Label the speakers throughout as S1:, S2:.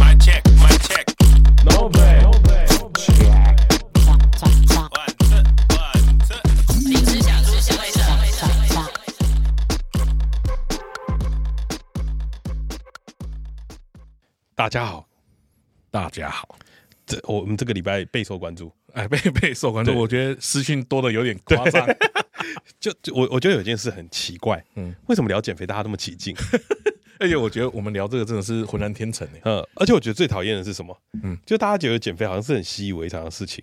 S1: My check, my check.
S2: No bag.
S1: One, two, one, two.
S2: 大家好，
S3: 大家好，
S2: 这我们这个礼拜备受关注。
S3: 哎，被 被受关注，
S2: 对
S3: 我觉得私讯多的有点夸张。
S2: 就就我我觉得有件事很奇怪，嗯
S3: 嗯，
S2: 为什么聊减肥大家那么起劲？
S3: 而哎且我觉得我们聊这个真的是浑然天成哎，
S2: 嗯，而且我觉得最讨厌的是什么？嗯
S3: 嗯，
S2: 就大家觉得减肥好像是很习以为常的事情，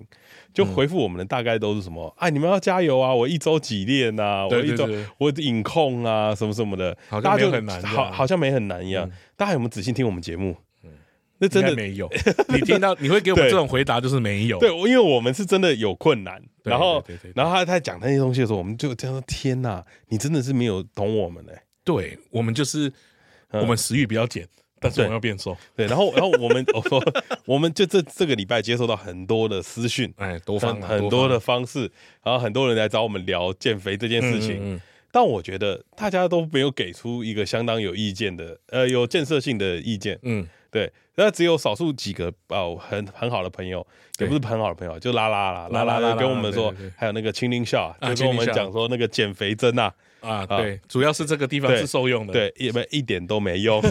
S2: 就回复我们的大概都是什么？哎，你们要加油啊！我一周几练啊，我
S3: 对
S2: 一周
S3: 对对
S2: 我饮控啊，什么什么的，
S3: 好像
S2: 大家就
S3: 没有很难这样嗯
S2: 好好像没很难一样。大家有没有仔细听我们节目？那 真
S3: 应该
S2: 的
S3: 没有。你听到你会给我们
S2: 对
S3: 这种回答就是没有。
S2: 对，我因为我们是真的有困难，
S3: 对
S2: 然后
S3: 对对对
S2: 然后他在讲那些东西的时候，我们就这样说：天哪，你真的是没有懂我们欸嘞、
S3: 对，我们就是
S2: 嗯
S3: 我们食欲比较减，但是
S2: 对
S3: 我们要变瘦。
S2: 对，然后然后我们 我说，我们就这这个礼拜接收到很多的私讯，
S3: 哎，多方啊
S2: 很很多
S3: 方
S2: 的方式，然后很多人来找我们聊减肥这件事情。
S3: 嗯嗯嗯
S2: 但我觉得大家都没有给出一个相当有意见的，呃，有建设性的意见。
S3: 嗯，
S2: 对，那只有少数几个哦，很很好的朋友，
S3: 对
S2: 也不是很好的朋友，就拉拉啦，
S3: 拉
S2: 拉
S3: 拉
S2: 拉
S3: 拉
S2: 跟我们说
S3: 对对对，
S2: 还有那个青林笑，
S3: 啊
S2: 就跟我们
S3: 青林笑
S2: 讲说那个减肥针啊，
S3: 啊，对，主要是这个地方
S2: 对
S3: 是受用的。，
S2: 对，也没一点都没用。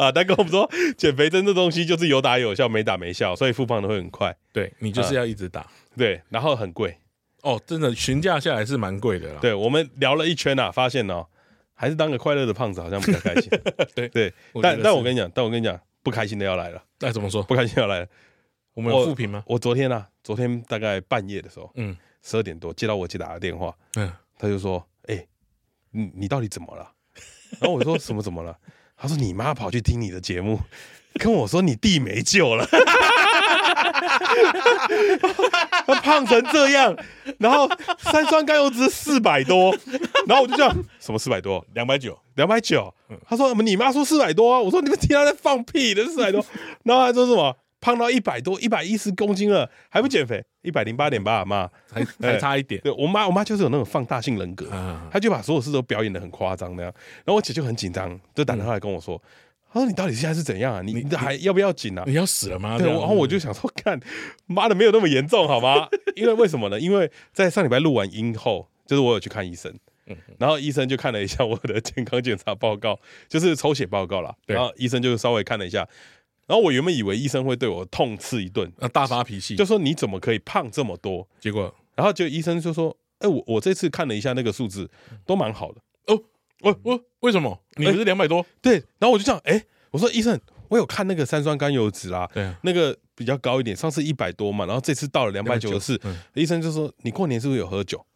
S2: 啊，他跟我们说，减肥针这东西就是有打有效，没打没效，所以复胖的会很快。
S3: 对你就是
S2: 啊
S3: 要一直打。
S2: 对，然后很贵。
S3: 哦，真的询价下来是蛮贵的啦。
S2: 对我们聊了一圈啊，发现哦，还是当个快乐的胖子好像比较开 心。
S3: 对，
S2: 对，
S3: 我觉得
S2: 但
S3: 是
S2: 但我跟你讲，但我跟你讲，不开心的要来了，
S3: 那哎怎么说？
S2: 不开心的要来了。
S3: 我们
S2: 我
S3: 有复评吗？
S2: 我昨天啊，昨天大概半夜的时候，
S3: 嗯
S2: 十二点多接到我姐打的电话，
S3: 嗯，
S2: 她就说：“哎、你你到底怎么了？”然后我说：“什么怎么了？”她说：“你妈跑去听你的节目，跟我说你弟没救了。” 他胖成这样，然后三酸甘油脂四百多，然后我就这样，什么四百多？
S3: 两百九。
S2: 两百九。他说你妈说四百多、啊，我说你们听他在放屁的四百 多，然后他说什么胖到一百多，一百一十公斤了还不减肥，一百零八点八妈。
S3: 还
S2: 哎
S3: 还差一点
S2: 对我妈，我妈就是有那种放大性人格，
S3: 啊！
S2: 她就把所有事都表演的很夸张那样。然后我姐就很紧张，就打电话来跟我说，她说你到底现在是怎样啊？嗯你你还要不要紧啊？
S3: 你要死了吗？
S2: 对，
S3: 这
S2: 我
S3: 样嗯
S2: 然后我就想说， 看，妈的，没有那么严重，好吗？ 因为为什么呢？因为在上礼拜录完音后，就是我有去看医生，
S3: 嗯
S2: 然后医生就看了一下我的健康检查报告， 就是抽血报告啦。
S3: 对
S2: 然后医生就稍微看了一下，然后我原本以为医生会对我痛斥一顿，
S3: 那嗯啊大发脾气，
S2: 就说你怎么可以胖这么多？
S3: 结果
S2: 然后就医生就说，哎、我我这次看了一下那个数字，都蛮好的。
S3: 哦，我我为什么
S2: 哎
S3: 你不是两百多？
S2: 对，然后我就这样，哎、我说医生，我有看那个三酸甘油脂啦，
S3: 对啊，
S2: 那个比较高一点，上次一百多嘛，然后这次到了两百九十四
S3: 290，嗯
S2: 医生就说你过年是不是有喝酒？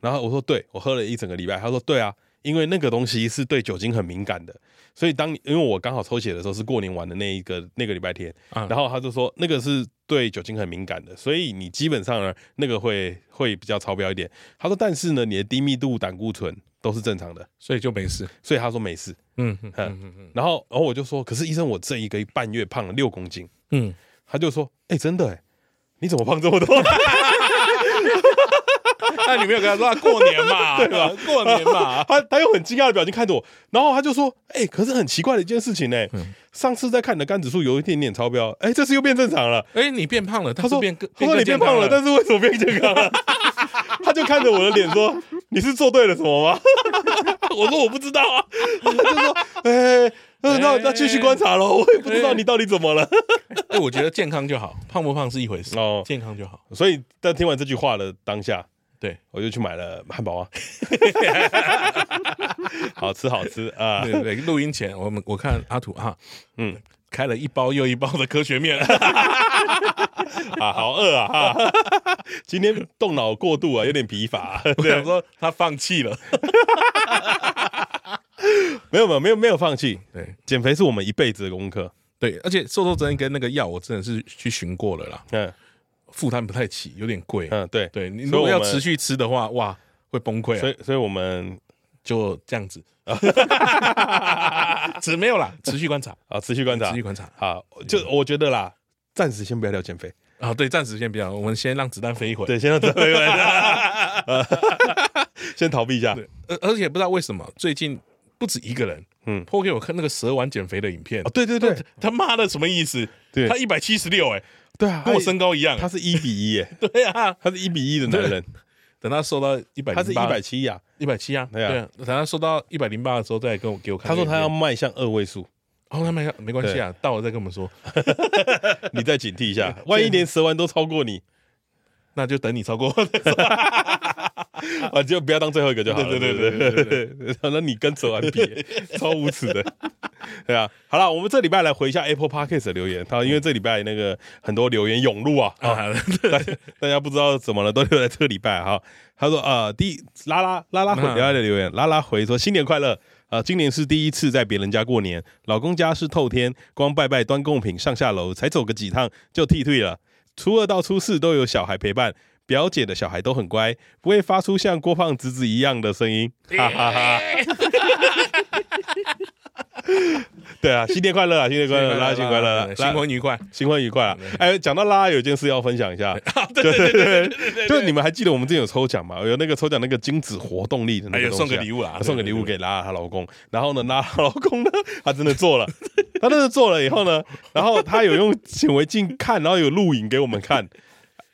S2: 然后我说对，我喝了一整个礼拜。他说对啊，因为那个东西是对酒精很敏感的，所以当你因为我刚好抽血的时候是过年完的那一个那个礼拜天，
S3: 啊
S2: 然后他就说那个是对酒精很敏感的，所以你基本上呢那个会会比较超标一点。他说但是呢你的低密度胆固醇都是正常的，
S3: 所以就没事。
S2: 所以他说没事。
S3: 嗯嗯嗯嗯
S2: 然后然后我就说可是医生我这一个半月胖了六公斤。
S3: 嗯，
S2: 他就说：“哎、真的、欸，你怎么胖这么 多？
S3: 那你没有跟他说啊过年 嘛，对
S2: 啊
S3: 吧？过年嘛，
S2: 他他用很惊讶的表情看着我，然后他就说：‘哎、可是很奇怪的一件事情呢、上次在看你的肝指数有一点点超标，哎、这次又变正常 了。
S3: 哎，你变胖了，’
S2: 他
S3: 他
S2: 说：‘
S3: 变更，
S2: 他说你变
S3: 更
S2: 胖
S3: 健康
S2: 了，但是为什么变健康了？’ 他就看着我的脸说：‘你是做对了什么吗？’ 我说：‘我不知道啊。’ 他就说：‘哎、那那那继续观察喽，我也不知道你到底怎么了。
S3: 哎，我觉得健康就好，胖不胖是一回事，
S2: 哦
S3: 哦，健康就好。
S2: 所以在听完这句话的当下，
S3: 对，
S2: 我就去买了汉堡啊， 好吃好吃啊！
S3: 对对对，录音前我们我看阿土哈，
S2: 嗯
S3: 嗯，开了一包又一包的科学 面，
S2: 啊，好饿啊！哈今天动脑过度啊，有点疲乏、
S3: 我想说他放弃了，
S2: 没有没有没有没有放弃，
S3: 对
S2: 减肥是我们一辈子的功课。
S3: 对，而且瘦肉针跟那个药，我真的是去寻过了啦，
S2: 嗯
S3: 负担不太起，有点贵。
S2: 嗯，对，
S3: 对你
S2: 所以
S3: 如果要
S2: 我们
S3: 持续吃的话，哇，会崩溃、啊。
S2: 所以所以我们
S3: 就这样子， 只没有啦，持续观察，
S2: 啊持续观察
S3: 持续，观察嗯
S2: 好，就我觉得啦，暂时先不要聊减肥，
S3: 啊。对，暂时先不要，我们先让子弹飞一会儿。
S2: 对，先让这位 先逃避一下。
S3: 对，而而且不知道为什么最近不止一个人，
S2: 嗯
S3: 嗯，泼给我看那个蛇丸减肥的影片
S2: 哦，，对对对
S3: 他妈的什么意思？
S2: 对
S3: 他一百七十六，哎，
S2: 对啊，
S3: 跟我
S2: 他
S3: 身高一样，
S2: 他是一比一耶，
S3: 对啊。
S2: 他是一比一的男人，
S3: 等他瘦到一百，
S2: 他是一百七呀。
S3: 一百七啊，
S2: 对
S3: 对
S2: 啊
S3: 啊。等他瘦到一百零八的时候再跟我给我看
S2: 他
S3: 那个
S2: 说
S3: 影片。
S2: 他要迈向二位 数，
S3: 哦，那没没关系啊，到了再跟我们说。
S2: 你再警惕一下，万一连蛇丸都超过你，
S3: 那就等你超过。
S2: 啊，就不要当最后一个就好了。
S3: 对对对
S2: 对对对， 那你跟蛇丸 比，超无耻的。对啊，好了，我们这礼拜来回一下 Apple Podcast 的留言，好，因为这礼拜那个很多留言涌入啊，啊，
S3: 啊，
S2: 大家 大家不知道怎么了，都留在这个礼拜哈。他说啊，呃第一拉拉拉拉回
S3: 嗯
S2: 留下的留言，拉拉回说新年快乐。啊、今年是第一次在别人家过年，老公家是透天，光拜拜端贡品上下楼，才走个几趟就剃退了。初二到初四都有小孩陪伴，表姐的小孩都很乖，不会发出像郭胖侄子一样的声 音，哈哈哈。对啊，新年快乐啊！新年快乐，拉拉新年快乐，
S3: 新婚愉快。
S2: 新婚愉快 啊！哎，讲到拉拉，有件事要分享一 下。啊对对对对对，就你们还记得我们之前有抽奖嘛？有那个抽奖那个精子活动力的那
S3: 哎
S2: 个
S3: 呦
S2: 东西
S3: 送
S2: 啊
S3: 个礼物啦
S2: 送个礼物
S3: 对
S2: 给拉拉她老公。然后呢，拉拉她老公 呢，他真的做了，他真的做了以后呢，然后他有用显微镜看，然后有录影给我们看，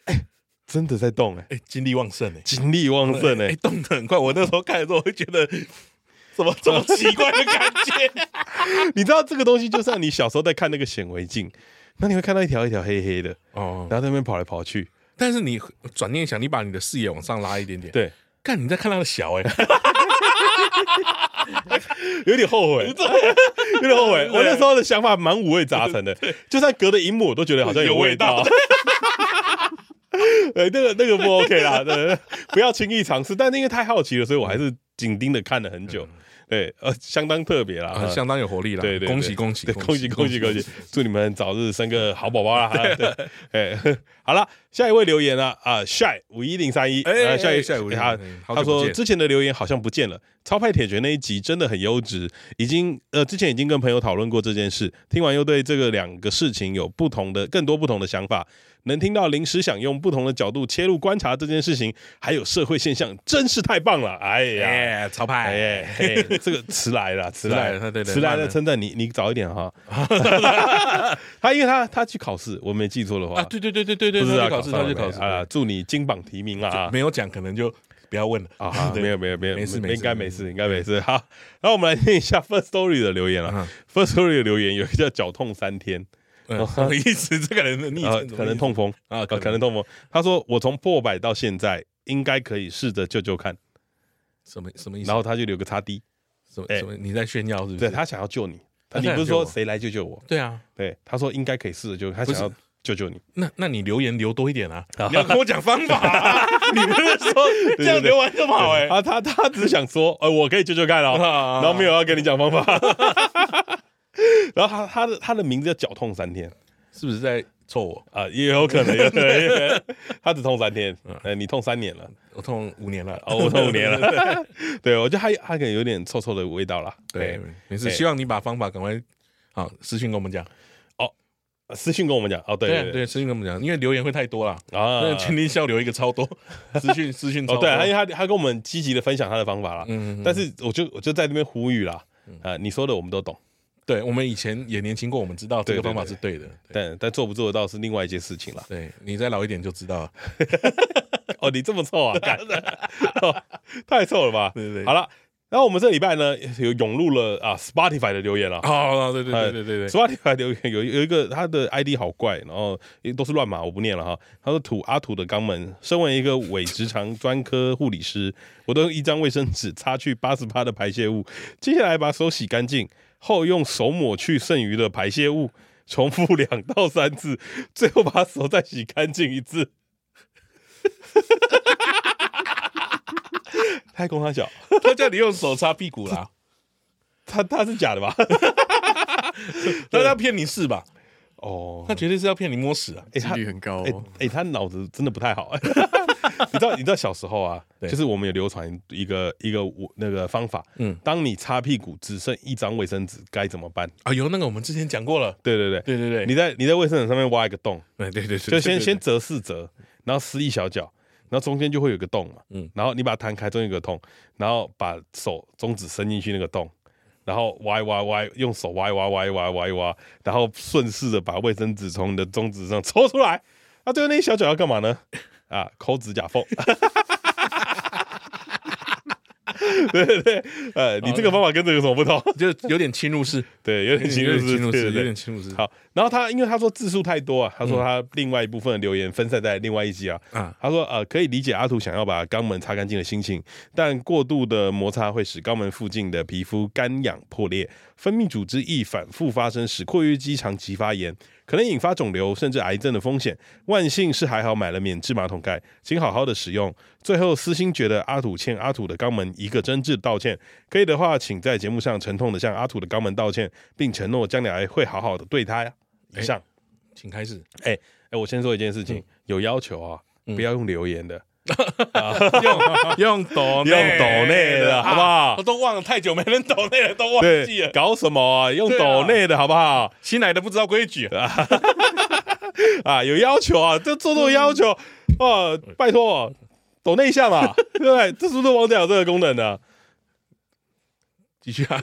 S2: 哎，真的在动哎，
S3: 哎，精力旺盛哎，
S2: 精力旺盛哎
S3: 哎，，动得很快。我那时候看的时候，我会觉 得怎么这么奇怪的感觉？
S2: 你知道这个东西就像你小时候在看那个显微镜，那你会看到一条一条黑黑的，
S3: 哦，
S2: 然后在那边跑来跑去，
S3: 但是你转念想，你把你的视野往上拉一点点，，
S2: 对，啊
S3: 看你在看他的小 哎，
S2: 有点后 悔，有点后悔。我那时候的想法蛮五味杂陈的，就算隔着荧幕，我都觉得好像有
S3: 有味
S2: 味道
S3: 道。
S2: 对，那个那个不 OK 啦，对，不要轻易尝试。但是因为太好奇了，所以我还是紧盯着看了很久。对，呃，相当特别啦，
S3: 嗯
S2: 呃
S3: 啊，相当有活力了，
S2: 对对，对
S3: 恭喜恭喜
S2: 对恭喜恭喜恭喜！！祝你们早日生个好宝宝 啦！对，哎， 好了，下一位留言啊啊，shy 五一零三一，
S3: 哎
S2: 啊下一
S3: 哎，Shy 51
S2: 他
S3: 嗯好久
S2: 他
S3: 不
S2: 说
S3: 见
S2: 之前的留言好像不见了，超派铁拳那一集真的很优质，已经呃之前已经跟朋友讨论过这件事，听完又对这个两个事情有不同的更多不同的想法，能听到临时想用不同的角度切入观察这件事情，还有社会现象，真是太棒了！哎呀。
S3: 哎，超
S2: 哎
S3: 派，
S2: 呀，嘿这个迟来了，迟
S3: 迟
S2: 来
S3: 来了对对对
S2: 迟来
S3: 慢
S2: 的
S3: 了
S2: 称赞你，你早一点 哈。他因为他他去考试，我没记错的话
S3: 啊，，对对对对对对，
S2: 不知
S3: 他
S2: 道
S3: 去考试，
S2: 上
S3: 他
S2: 了
S3: 去
S2: 没
S3: 考试
S2: 啊！祝你金榜题名啊！
S3: 没有讲可能就不要 问了
S2: 啊，
S3: 对
S2: 没有没有没有，
S3: 没事
S2: 应该没
S3: 没
S2: 事，应该没事。好，然后我们来念一下 First Story 的留言了
S3: 嗯。
S2: First Story 的留言有一个叫脚痛三天，
S3: 嗯什么意思？这个人的昵
S2: 呃，
S3: 称
S2: 可能痛风
S3: 啊
S2: 啊，
S3: 可
S2: 可
S3: 能
S2: 能痛风。他说我从破百到现在，应该可以试着救救看。
S3: 什么什么意思？
S2: 然后他就留个叉 D，
S3: 什么
S2: 哎
S3: 什么？你在炫耀是不是？
S2: 对他想要救你，
S3: 他
S2: 你
S3: 想
S2: 不是
S3: 救
S2: 说
S3: 我
S2: 谁来救救我？
S3: 对啊，
S2: 对，他说应该可以试着救，他
S3: 不
S2: 想
S3: 是
S2: 要救救你。
S3: 那那你留言留多一点啊！你要跟我讲方法、 啊，你不是说 这样留完就跑哎、啊
S2: 他他他只是 想说，呃，我可以救救看哦，然
S3: 然
S2: 后没有要跟你讲方法。 然后他他的他的名字叫脚痛三天
S3: 是不是在臭我？
S2: 啊，也有可能，也有 可能也有可能，他只痛三天，
S3: 嗯
S2: 呃，你痛三年了，
S3: 我痛五年了，
S2: 哦，我痛五年 了。对，我觉得他他可能有点臭臭的味道啦。
S3: 对，没事，
S2: 哎
S3: 希望你把方法赶快好私信跟我们讲。
S2: 对，私信跟我们讲哦，对
S3: 啊对，私信跟我们讲，因为留言会太多了。
S2: 啊
S3: 那，前天笑留一个超 多，私信私信超
S2: 哦，
S3: 多
S2: 对，他因为他他跟我们积极的分享他的方法啦，
S3: 嗯，嗯嗯
S2: 但是我就我就在那边呼吁啦，啊，你说的我们都懂。
S3: 对我们以前也年轻过，我们知道这个方法是对的。对
S2: 但但做不做得到是另外一件事情啦。
S3: 对你再老一点就知道了。
S2: 哦，你这么臭啊，干哦太臭了吧？
S3: 对对对
S2: 好了，然后我们这礼拜呢有涌入了啊 Spotify 的留言了。
S3: 哦，对对对对对对，
S2: 哎 Spotify 留言有有一个他的 ID 好怪，然后都是乱码，我不念了哈。他说吐阿土的肛门，身为一个伪直肠专科护理师，我都用一张卫生纸擦去八十八的排泄物，接下来把手洗干净后，用手抹去剩余的排泄物，重复两到三次，最后把手再洗干净一次。 太空他小，
S3: 他叫你用手擦屁股啦。
S2: 他他是假的吧？
S3: 但是他骗你是吧？
S2: 哦，
S3: 他绝对是要骗你摸屎啊！
S2: 哎
S4: 几
S2: 他
S4: 率很高、哦
S2: 哎、哎他脑子真的不太好、 你知道你知道小时候啊，
S3: 对
S2: 就是我们有流传一个一个我那个方法，
S3: 嗯
S2: 当你擦屁股只剩一张卫生纸该怎么办？
S3: 啊，有那个我们之前讲过了，
S2: 对对对，
S3: 对对对，
S2: 你在你在卫生纸上面挖一个洞，
S3: 哎对对对，
S2: 就先
S3: 对
S2: 先折四折，然后撕一小角，然后中间就会有一个洞嘛，
S3: 嗯
S2: 然后你把它弹开，中间有个洞，然后把手中指伸进去那个洞，然后挖一挖挖，用手挖一挖挖一挖挖一挖，然后顺势的把卫生纸从你的中指上抽出来，啊，最后那一小角要干嘛呢？啊，抠指甲缝。对对对，呃，你这个方法跟这个有什么不同？
S3: 对就有点侵入式，
S2: 对，有点侵入
S3: 有
S2: 式，
S3: 点侵入
S2: 对
S3: 式，
S2: 对对
S3: 有点侵入式。
S2: 好，然后他因为他说字数太多啊，他说他另外一部分的留言分散在另外一集啊。
S3: 啊
S2: 他说呃，可以理解阿土想要把肛门擦干净的心情，但过度的摩擦会使肛门附近的皮肤干痒破裂，分泌组织液反复发生，使括约肌长期发炎，可能引发肿瘤甚至癌症的风险。万幸是还好买了免治马桶盖，请好好的使用。最后，私心觉得阿土欠阿土的肛门一个真挚道歉，可以的话，请在节目上沉痛的向阿土的肛门道歉，并承诺将来会好好的对他呀。以上，
S3: 请开始，
S2: 哎、我先说一件事情，有要求啊，不要用留言的，
S3: 用用抖啊
S2: 用抖内的好不好
S3: 我都忘了太久没人抖内了，都忘记
S2: 对，
S3: 了。
S2: 搞什么啊？用
S3: 对啊
S2: 抖内的好不好？
S3: 新来的不知道规矩，
S2: 啊，有要求啊，这做做要
S3: 嗯
S2: 求哦、拜托，抖内一 下嘛，对不对？这是不是王者有这个功能啊的
S3: 继续 啊！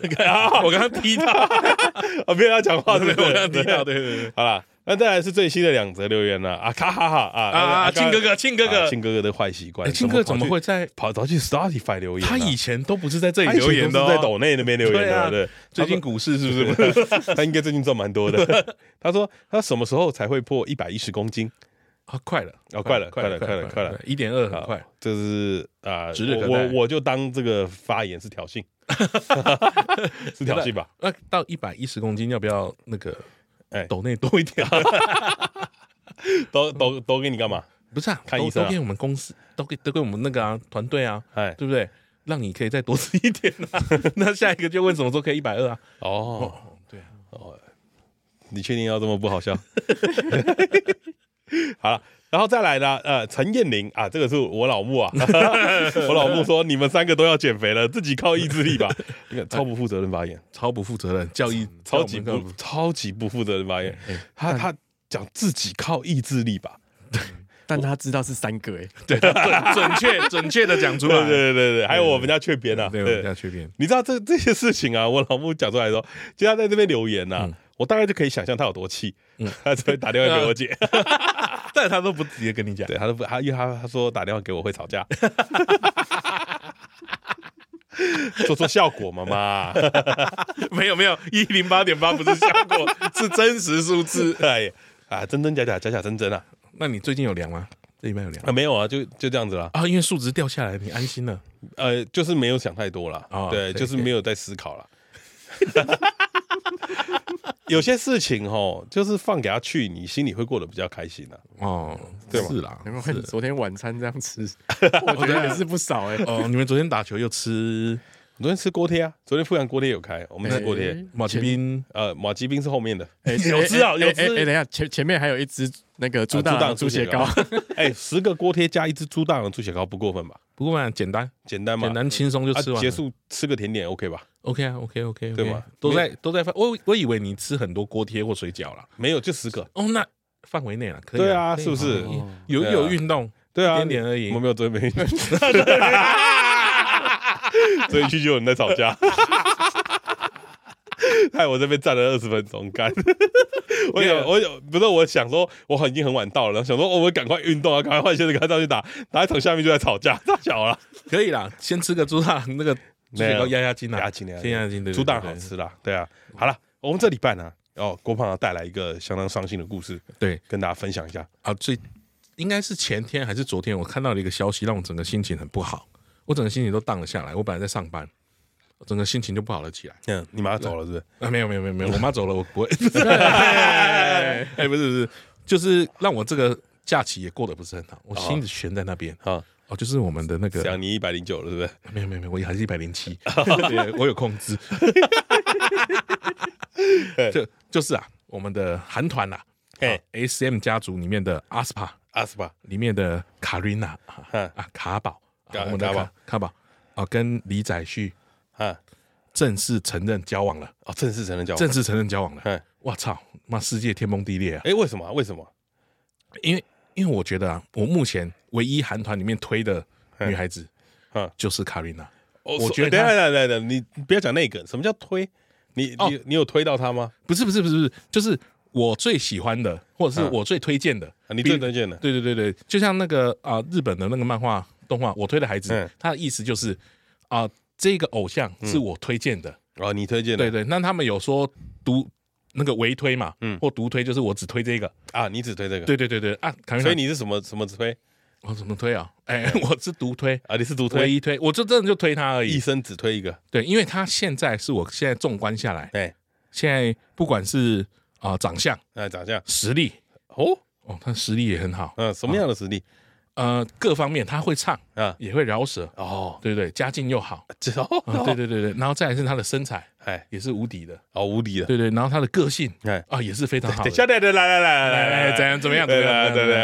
S3: 我刚刚踢他，
S2: 啊？没有要讲话，
S3: 我
S2: 对不
S3: 刚
S2: 对？
S3: 刚踢他，
S2: 对
S3: 对对对。
S2: 好啦，那再来是最新的两则留言了啊，卡哈哈啊
S3: 啊，庆哥
S2: 哥
S3: 哥，庆哥哥，
S2: 庆哥哥的坏习惯，
S3: 哎，庆哥怎么
S2: 跑去
S3: 会在？
S2: 跑早去 Spotify 留言啊？
S3: 他以前都不是在这里
S2: 他以前
S3: 留言的
S2: 都
S3: 哦，
S2: 是在抖内那边留言
S3: 对啊
S2: 的，对。
S3: 最近股市是不是？
S2: 他应该最近赚蛮 多的。他说他什么时候才会破一百一十公斤？
S3: 啊，快了，
S2: 哦快了快了快了快了，
S3: 一点二很
S2: 啊
S3: 快。，
S2: 这是啊
S3: 指日，可
S2: 我
S3: 待
S2: 我我就当这个发言是挑 衅，是挑衅吧？
S3: 那到一百一十公斤，要不要那个？
S2: 哎
S3: 抖内多一点，
S2: 都都都给你干嘛？
S3: 不是啊，
S2: 看
S3: 都
S2: 医生啊
S3: 都给我们公司，都给都给我们那个啊团队啊，
S2: 哎
S3: 对不对？让你可以再多吃一点啊。那下一个就问什么时候可以一百二啊？
S2: 哦，
S3: 对啊，
S2: 你确定要这么不好笑？ 好了。然后再来呢，呃，陈燕玲啊，这个是我老木 啊，我老木说你们三个都要减肥了，自己靠意志力吧，你看超不负责任发言。
S3: 超不负责任，教育
S2: 超级
S3: 教我
S2: 不
S3: 们
S2: 超级不负责任发言
S3: 哎。
S2: 他他讲自己靠意志力吧，
S4: 但他知道是三个哎、
S3: 对准准确准确的讲出
S2: 对对
S3: 来，
S2: 对对对，还有我们家雀边啊，
S3: 对，我们
S2: 对，
S3: 家缺点，
S2: 你知道这这些事情啊，我老母讲出来的时候，就他在这边留言呐、
S3: 嗯
S2: 我大概就可以想象他有多气，他只会打电话给我姐，
S3: 但他都不直接跟你讲，
S2: 对，他都不，他因为他他说打电话给我会吵架，做做效果嘛妈，
S3: 没有没有，一零八点八不是效果，是真实数字。
S2: 哎啊，真真假假，假假真真啊，
S3: 那你最近有量吗？这礼拜有量
S2: 啊没有啊，就就这样子啦，
S3: 啊？因为数值掉下来，你安心了。
S2: 呃，就是没有想太多啦，
S3: 哦
S2: 对，
S3: 可以
S2: 就是
S3: 可以
S2: 没有在思考啦。 有些事情哦，就是放给他去，你心里会过得比较开心啊。
S3: 哦，
S2: 对嘛
S3: 是啦，
S4: 难怪你
S3: 是啊
S4: 昨天晚餐这样吃， 我觉得也是不少哎、
S3: 哦，你们昨天打球又吃
S2: 我昨天吃锅贴啊，昨天富阳锅贴有开，我们吃锅贴。
S3: 马奇兵，
S2: 呃，马吉冰是后面的，
S4: 哎，
S3: 有吃啊
S4: 哎
S3: 有吃啊
S4: 哎哎哎等一下，前前面还有一只那个猪
S2: 呃
S4: 大郎
S2: 猪
S4: 猪血
S2: 血
S4: 糕，
S2: 哎，十个锅贴加一只猪大郎猪血糕不过分吧？
S3: 不过嘛，简单
S2: 简单嘛，
S3: 简单轻松就
S2: 啊
S3: 吃完了，
S2: 结束吃个甜点 OK 吧？
S3: OK 啊，OK OK，
S2: 对吗
S3: 都在都在饭，我我以为你吃很多锅贴或水饺啦。
S2: 没有，就十个。
S3: 哦，那范围内了，可以
S2: 对啊，
S3: 可以哦
S2: 是不是？
S3: 有
S2: 对啊
S3: 有运动，
S2: 对啊，
S3: 一点点而已
S2: 我们没有 追没，所以去就有人在吵 架，害我这边站了二十分钟， 干。我有我有，不是我想说，我很已经很晚到了，然后想说，哦我赶快运动啊，赶快换鞋子，赶快上去打，打一场下面就在吵架， 太小了。
S3: 可以啦，先吃个猪大那个猪血糕
S2: 没有
S3: 压压惊啊，
S2: 压惊压惊
S3: 先压压惊，对，对
S2: 猪蛋好，吃啦，对啊。好了，我们这礼拜呢，哦，郭胖要带来一个相当伤心的故事，
S3: 对对
S2: 跟大家分享一下。
S3: 啊，最应该是前天还是昨天，我看到了一个消息，让我整个心情很不好，我整个心情都荡了下来，我本来在上班，我整个心情就不好了起来。
S2: 嗯，你马上走了是不是？
S3: 啊，没有没有没有 没有，我妈走了，我不会。 哎，不是不是，就是让我这个假期也过得不是很好，我心一直悬在那边。
S2: 啊，
S3: 哦，就是我们的那个
S2: 哦想你一百零九了，是不是？
S3: 没有没有没有，我还是一百零 七，对我有控制。就就是啊，我们的韩团啦、
S2: 嘿
S3: 啊、，S M 家族里面的阿斯帕，
S2: 阿斯巴，
S3: 里面的卡瑞娜啊
S2: 嗯
S3: 啊卡宝，
S2: 卡
S3: 啊我们的
S2: 卡宝
S3: 卡卡宝啊，跟李宰旭
S2: 啊，
S3: 正式承认交往了，
S2: 哦，正式承认交往，
S3: 正式承认交往了。
S2: 嗯，
S3: 我操，妈世界天崩地裂啊！
S2: 哎，为什么啊？为什么？
S3: 因为因为我觉得啊，我目前唯一韩团里面推的女孩子
S2: 嗯，
S3: 就是卡瑞娜。
S2: 哦
S3: 我
S2: 所
S3: 觉得
S2: 等一
S3: 他
S2: 下等一下等一下，你不要讲那个，什么叫推？你
S3: 哦
S2: 你你有推到他吗？
S3: 不是不是不是不是，就是我最喜欢的，或者是
S2: 嗯
S3: 我最推荐的。
S2: 啊你
S3: 比
S2: 最推荐的
S3: 对对对对，就像那个啊、日本的那个漫画动画，我推的孩子，
S2: 嗯
S3: 他的意思就是啊、这个偶像是我推荐的。
S2: 哦，你推荐的，
S3: 对对，那他们有说独那个唯推嘛，
S2: 嗯
S3: 或独推，就是我只推这个。
S2: 啊，你只推这个，
S3: 对对对对啊，卡瑞娜
S2: 所以你嗯是什么什么推
S3: 我怎么推啊？哎， 我是独推。
S2: 啊？你是独
S3: 唯
S2: 推，
S3: 一推，我就真的就推他而
S2: 一
S3: 已。
S2: 生只推一个，
S3: 对，因为他现在是我现在纵观下来，
S2: 哎，
S3: 现在不管是啊、长相、
S2: 那长相
S3: 实力，
S2: 哦，
S3: 哦，他实力也很好，
S2: 嗯，什么样的实力
S3: 呃，各方面他会唱，
S2: 啊？
S3: 也会饶舌，
S2: 哦，
S3: 对对，家境又好，
S2: 这哦
S3: 啊，对，对对对，然后再来是他的身材
S2: 哎，
S3: 也是无敌的，
S2: 哦，无敌了，
S3: 对对，然后他的个性
S2: 哎。
S3: 啊也是非常好
S2: 等
S3: 的
S2: 一。下，对对，来来来来来
S3: 哎
S2: 来，
S3: 怎样怎么样怎
S2: 对
S3: 么样
S2: 对对
S3: 怎么
S2: 对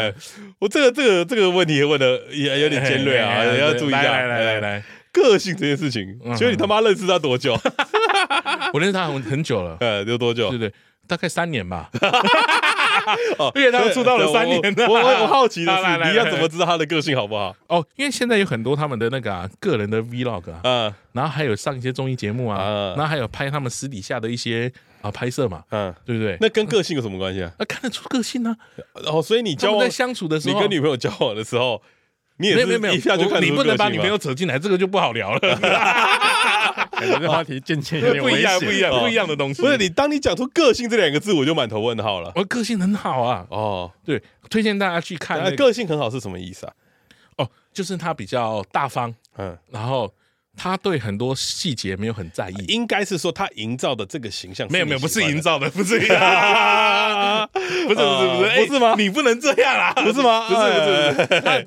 S3: 样，
S2: 我这个这个这个问题问的也有点尖锐啊，
S3: 哎哎哎
S2: 要注意一下。
S3: 来来来来
S2: 个性这件事情，
S3: 嗯
S2: 所以你他妈认识他多久？哎
S3: 来，我认识他很很久了，
S2: 呃，有多久
S3: 对？对，大概三年吧。
S2: 哦，
S3: 因为他们出道了三年
S2: 对
S3: 了
S2: 我我我我好奇的
S3: 来来来
S2: 是，
S3: 来
S2: 你要怎么知道他的个性好不好？
S3: 哦，因为现在有很多他们的那个啊个人的 vlog 啊，
S2: 嗯
S3: 然后还有上一些综艺节目啊
S2: 啊，
S3: 然后还有拍他们私底下的一些啊拍摄嘛，
S2: 嗯，
S3: 对不对？
S2: 那跟个性有什么关系啊？
S3: 那看得出个性啊，
S2: 哦，所以你
S3: 他
S2: 交
S3: 们
S2: 往
S3: 在，相处的时
S2: 你
S3: 候，
S2: 跟女朋友交往的时候，你也
S3: 没有
S2: 是
S3: 没有没有，
S2: 一下就看
S3: 我
S2: 出
S3: 你不能把
S2: 个性吗
S3: 女朋友扯进来，这个就不好聊 了，
S4: 感觉这话题渐渐有点
S3: 不一
S4: 危
S3: 样
S4: 险，
S3: 不一样
S2: 哦
S3: 不一样的东西。
S2: 不是，你，当你讲出个性这两个字，我就满头问号了。
S3: 我个性很好啊，
S2: 哦，
S3: 对，推荐大家去看
S2: 那
S3: 那个
S2: 个性很好是什么意思啊？
S3: 哦，就是他比较大方，
S2: 嗯，
S3: 然后他对很多细节没有很在意。
S2: 应该是说他营造的这个形象，
S3: 没有没有，不是营
S2: 造，
S3: 造的，不 是，不 是不是不是，
S4: 呃
S2: 不是吗
S3: 哎你不能这样啦，
S2: 不是吗
S3: 不是
S2: 哎
S3: 不是不是，他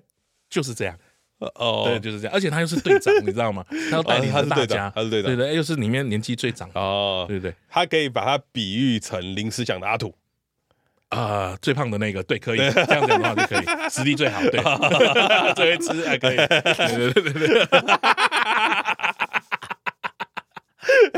S3: 就是这样，
S2: 哦，
S3: 对，就是这样。而且他又是队长，你知道吗？他要带领
S2: 他
S3: 着
S2: 是
S3: 大
S2: 队长
S3: 家，
S2: 他是队长
S3: 对对，哎又是里面年纪最长，
S2: 哦，
S3: 对对，
S2: 他可以把它比喻成临时讲的阿土，
S3: 啊，最胖的那个，对，可以这样讲的话就可 以，实力最好，对， 最会吃还可以，对对对对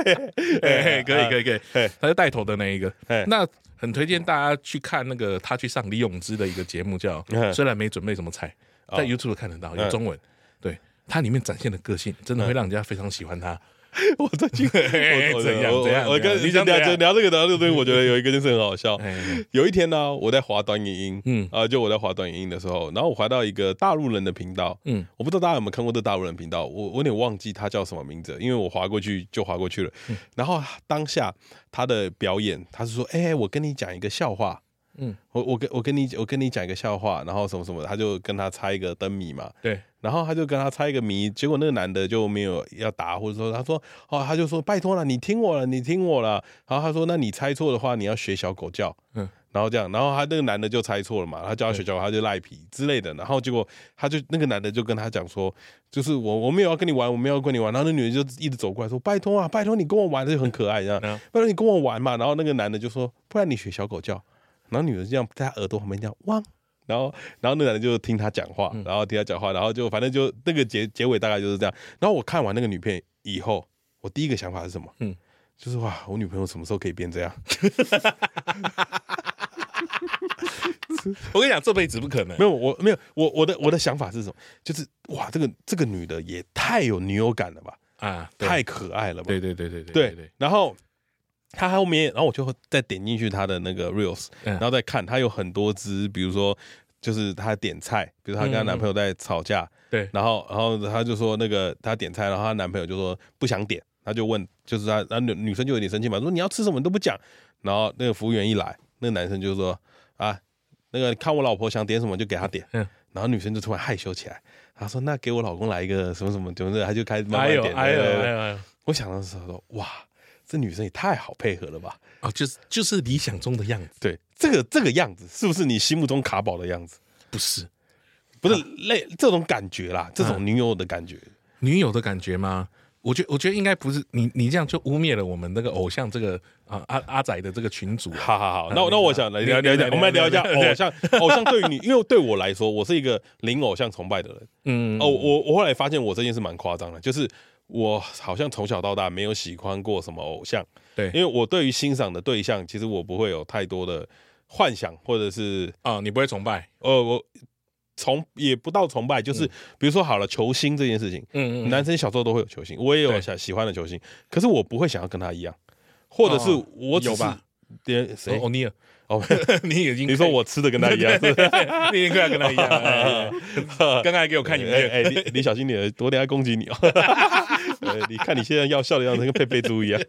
S3: 对，哎，可以可以可以
S2: 嘿，
S3: 他是带头的那一个
S2: 嘿，
S3: 那很推荐大家去看那个他去上李永芝的一个节目，叫
S2: 嗯
S3: 虽然没准备什么菜，
S2: 哦
S3: 在 YouTube 看得到，有
S2: 嗯
S3: 中文，对，它里面展现的个性真的会让人家非常喜欢他。
S2: 我最 近
S3: 嘿
S2: 我
S3: 哎怎样
S2: 我
S3: 怎样
S2: 我我
S3: 怎样
S2: 跟
S3: 你想
S2: 聊
S3: 怎样
S2: 聊这个聊这个东西，我觉得有一个就是很好笑。
S3: 哎，
S2: 有一天呢，我在滑短影音，
S3: 嗯
S2: 嗯啊，就我在滑短影音的时候，然后我滑到一个大陆人的频道，
S3: 嗯
S2: 我不知道大家有没有看过这大陆人频道，我我有点忘记他叫什么名字，因为我划过去就划过去了。
S3: 嗯
S2: 然后当下他的表演，他是说：“哎、我跟你讲一个笑话。”
S3: 嗯
S2: 嗯，我我跟我跟你我跟你讲一个笑话，然后什么什么的，他就跟他猜一个灯谜嘛，
S3: 对，
S2: 然后他就跟他猜一个谜，结果那个男的就没有要答，或者说他说哦，他就说拜托了，你听我了，你听我了。然后他说那你猜错的话，你要学小狗叫，
S3: 嗯
S2: 嗯，然后这样，然后他那个男的就猜错了嘛，他叫他学小狗，他就赖皮之类的。然后结果他就那个男的就跟他讲说，就是我我没有要跟你玩，我没有要跟你玩。然后那女的就一直走过来说拜托啊，拜托你跟我玩，就很可爱这样，
S3: 嗯
S2: 拜托你跟我玩嘛。然后那个男的就说不然你学小狗叫，然后女的就这样在他耳朵旁边这样汪。然后，然后那男的就听他讲话，
S3: 嗯
S2: 然后听他讲话，然后就反正就那个结结尾大概就是这样。然后我看完那个女片以后，我第一个想法是什么？
S3: 嗯
S2: 嗯，就是哇，我女朋友什么时候可以变这样？
S3: 我跟你讲，这辈子不可能
S2: 没。有，我没有，我我的我的想法是什么？就是哇，这个这个女的也太有女友感了吧，
S3: 啊，对
S2: 太可爱了吧？
S3: 对对对对
S2: 对
S3: 对对，
S2: 然后他后面，然后我就再点进去他的那个 reels，、
S3: 嗯
S2: 然后再看，他有很多支，比如说就是他点菜，比如她
S3: 嗯
S2: 跟她男朋友在吵架，
S3: 对
S2: 然后然后她就说那个她点菜，然后她男朋友就说不想点，她就问，就是她，然后女女生就有点生气嘛，说你要吃什么你都不讲，然后那个服务员一来，那个男生就说啊，那个看我老婆想点什么就给她点，
S3: 嗯
S2: 然后女生就突然害羞起来。她说：“那给我老公来一个什么什么，怎么的？”她就开始慢慢
S3: 哎呦
S2: 点。
S3: 哎呦
S2: 对对对
S3: 哎呦哎呦！
S2: 我想的时候说，哇，这女生也太好配合了吧？
S3: 哦，就是就是理想中的样子，
S2: 对，这个这个样子，是不是你心目中卡宝的样子？
S3: 不是
S2: 不是类这种感觉啦，这
S3: 嗯
S2: 种女友的感觉，
S3: 女友的感觉吗？我觉我觉得应该不是你，你这样就污蔑了我们那个偶像这个啊阿阿仔的这个群主、啊。
S2: 好好 好，那那我想来
S3: 你
S2: 聊聊一下，
S3: 你
S2: 我们来聊一下
S3: 你你
S2: 偶像。偶像对于你，因为对我来说，我是一个零偶像崇拜的人。
S3: 嗯，
S2: 哦，我我后来发现我这件事蛮夸张的，就是我好像从小到大没有喜欢过什么偶像，
S3: 对
S2: 因为我对于欣赏的对象，其实我不会有太多的幻想，或者是
S3: 啊，你不会崇拜？
S2: 呃，我崇也不到崇拜，就是、比如说好了，球星这件事情，
S3: 嗯
S2: 男生小时候都会有球星，我也有
S3: 对
S2: 想喜欢的球星，可是我不会想要跟他一样，或者是
S3: 哦
S2: 我只
S3: 有
S2: 是
S3: 吧
S2: 别谁
S3: 欧尼尔，
S2: 哦，
S3: 嗯你已经
S2: 你说我吃的跟他一样，是不是
S3: 你已经快要跟他一样哎了。刚才给我看影
S2: 哎
S3: 片，
S2: 哎，你你小心点，我等下攻 击你哦。呃你看你现在要笑的样子，跟佩佩猪一样。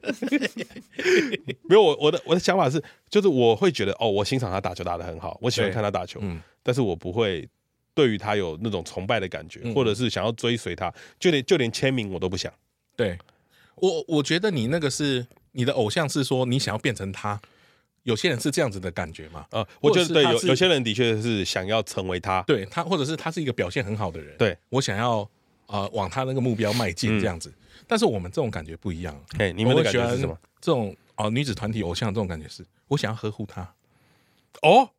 S2: 没有，我我的我的想法是，就是我会觉得哦，我欣赏他打球打得很好，我喜欢
S3: 对
S2: 看他打球，
S3: 嗯
S2: 但是我不会对于他有那种崇拜的感觉，
S3: 嗯
S2: 或者是想要追随他，就连就连签名我都不想。
S3: 对我，我觉得你那个是你的偶像，是说你想要变成他。有些人是这样子的感觉嘛？
S2: 啊，我
S3: 或
S2: 觉
S3: 者
S2: 得
S3: 是
S2: 对
S3: 他
S2: 有
S3: 是
S2: 有些人的确是想要成为他，
S3: 对他，或者是他是一个表现很好的人，
S2: 对嗯
S3: 我想要呃往他那个目标迈进这样子。但是我们这种感觉不一样，
S2: 哎，你们的
S3: 我
S2: 感
S3: 喜
S2: 觉
S3: 欢
S2: 是什么？
S3: 这种啊、女子团体偶像这种感觉是，我想要呵护她，
S2: 哦，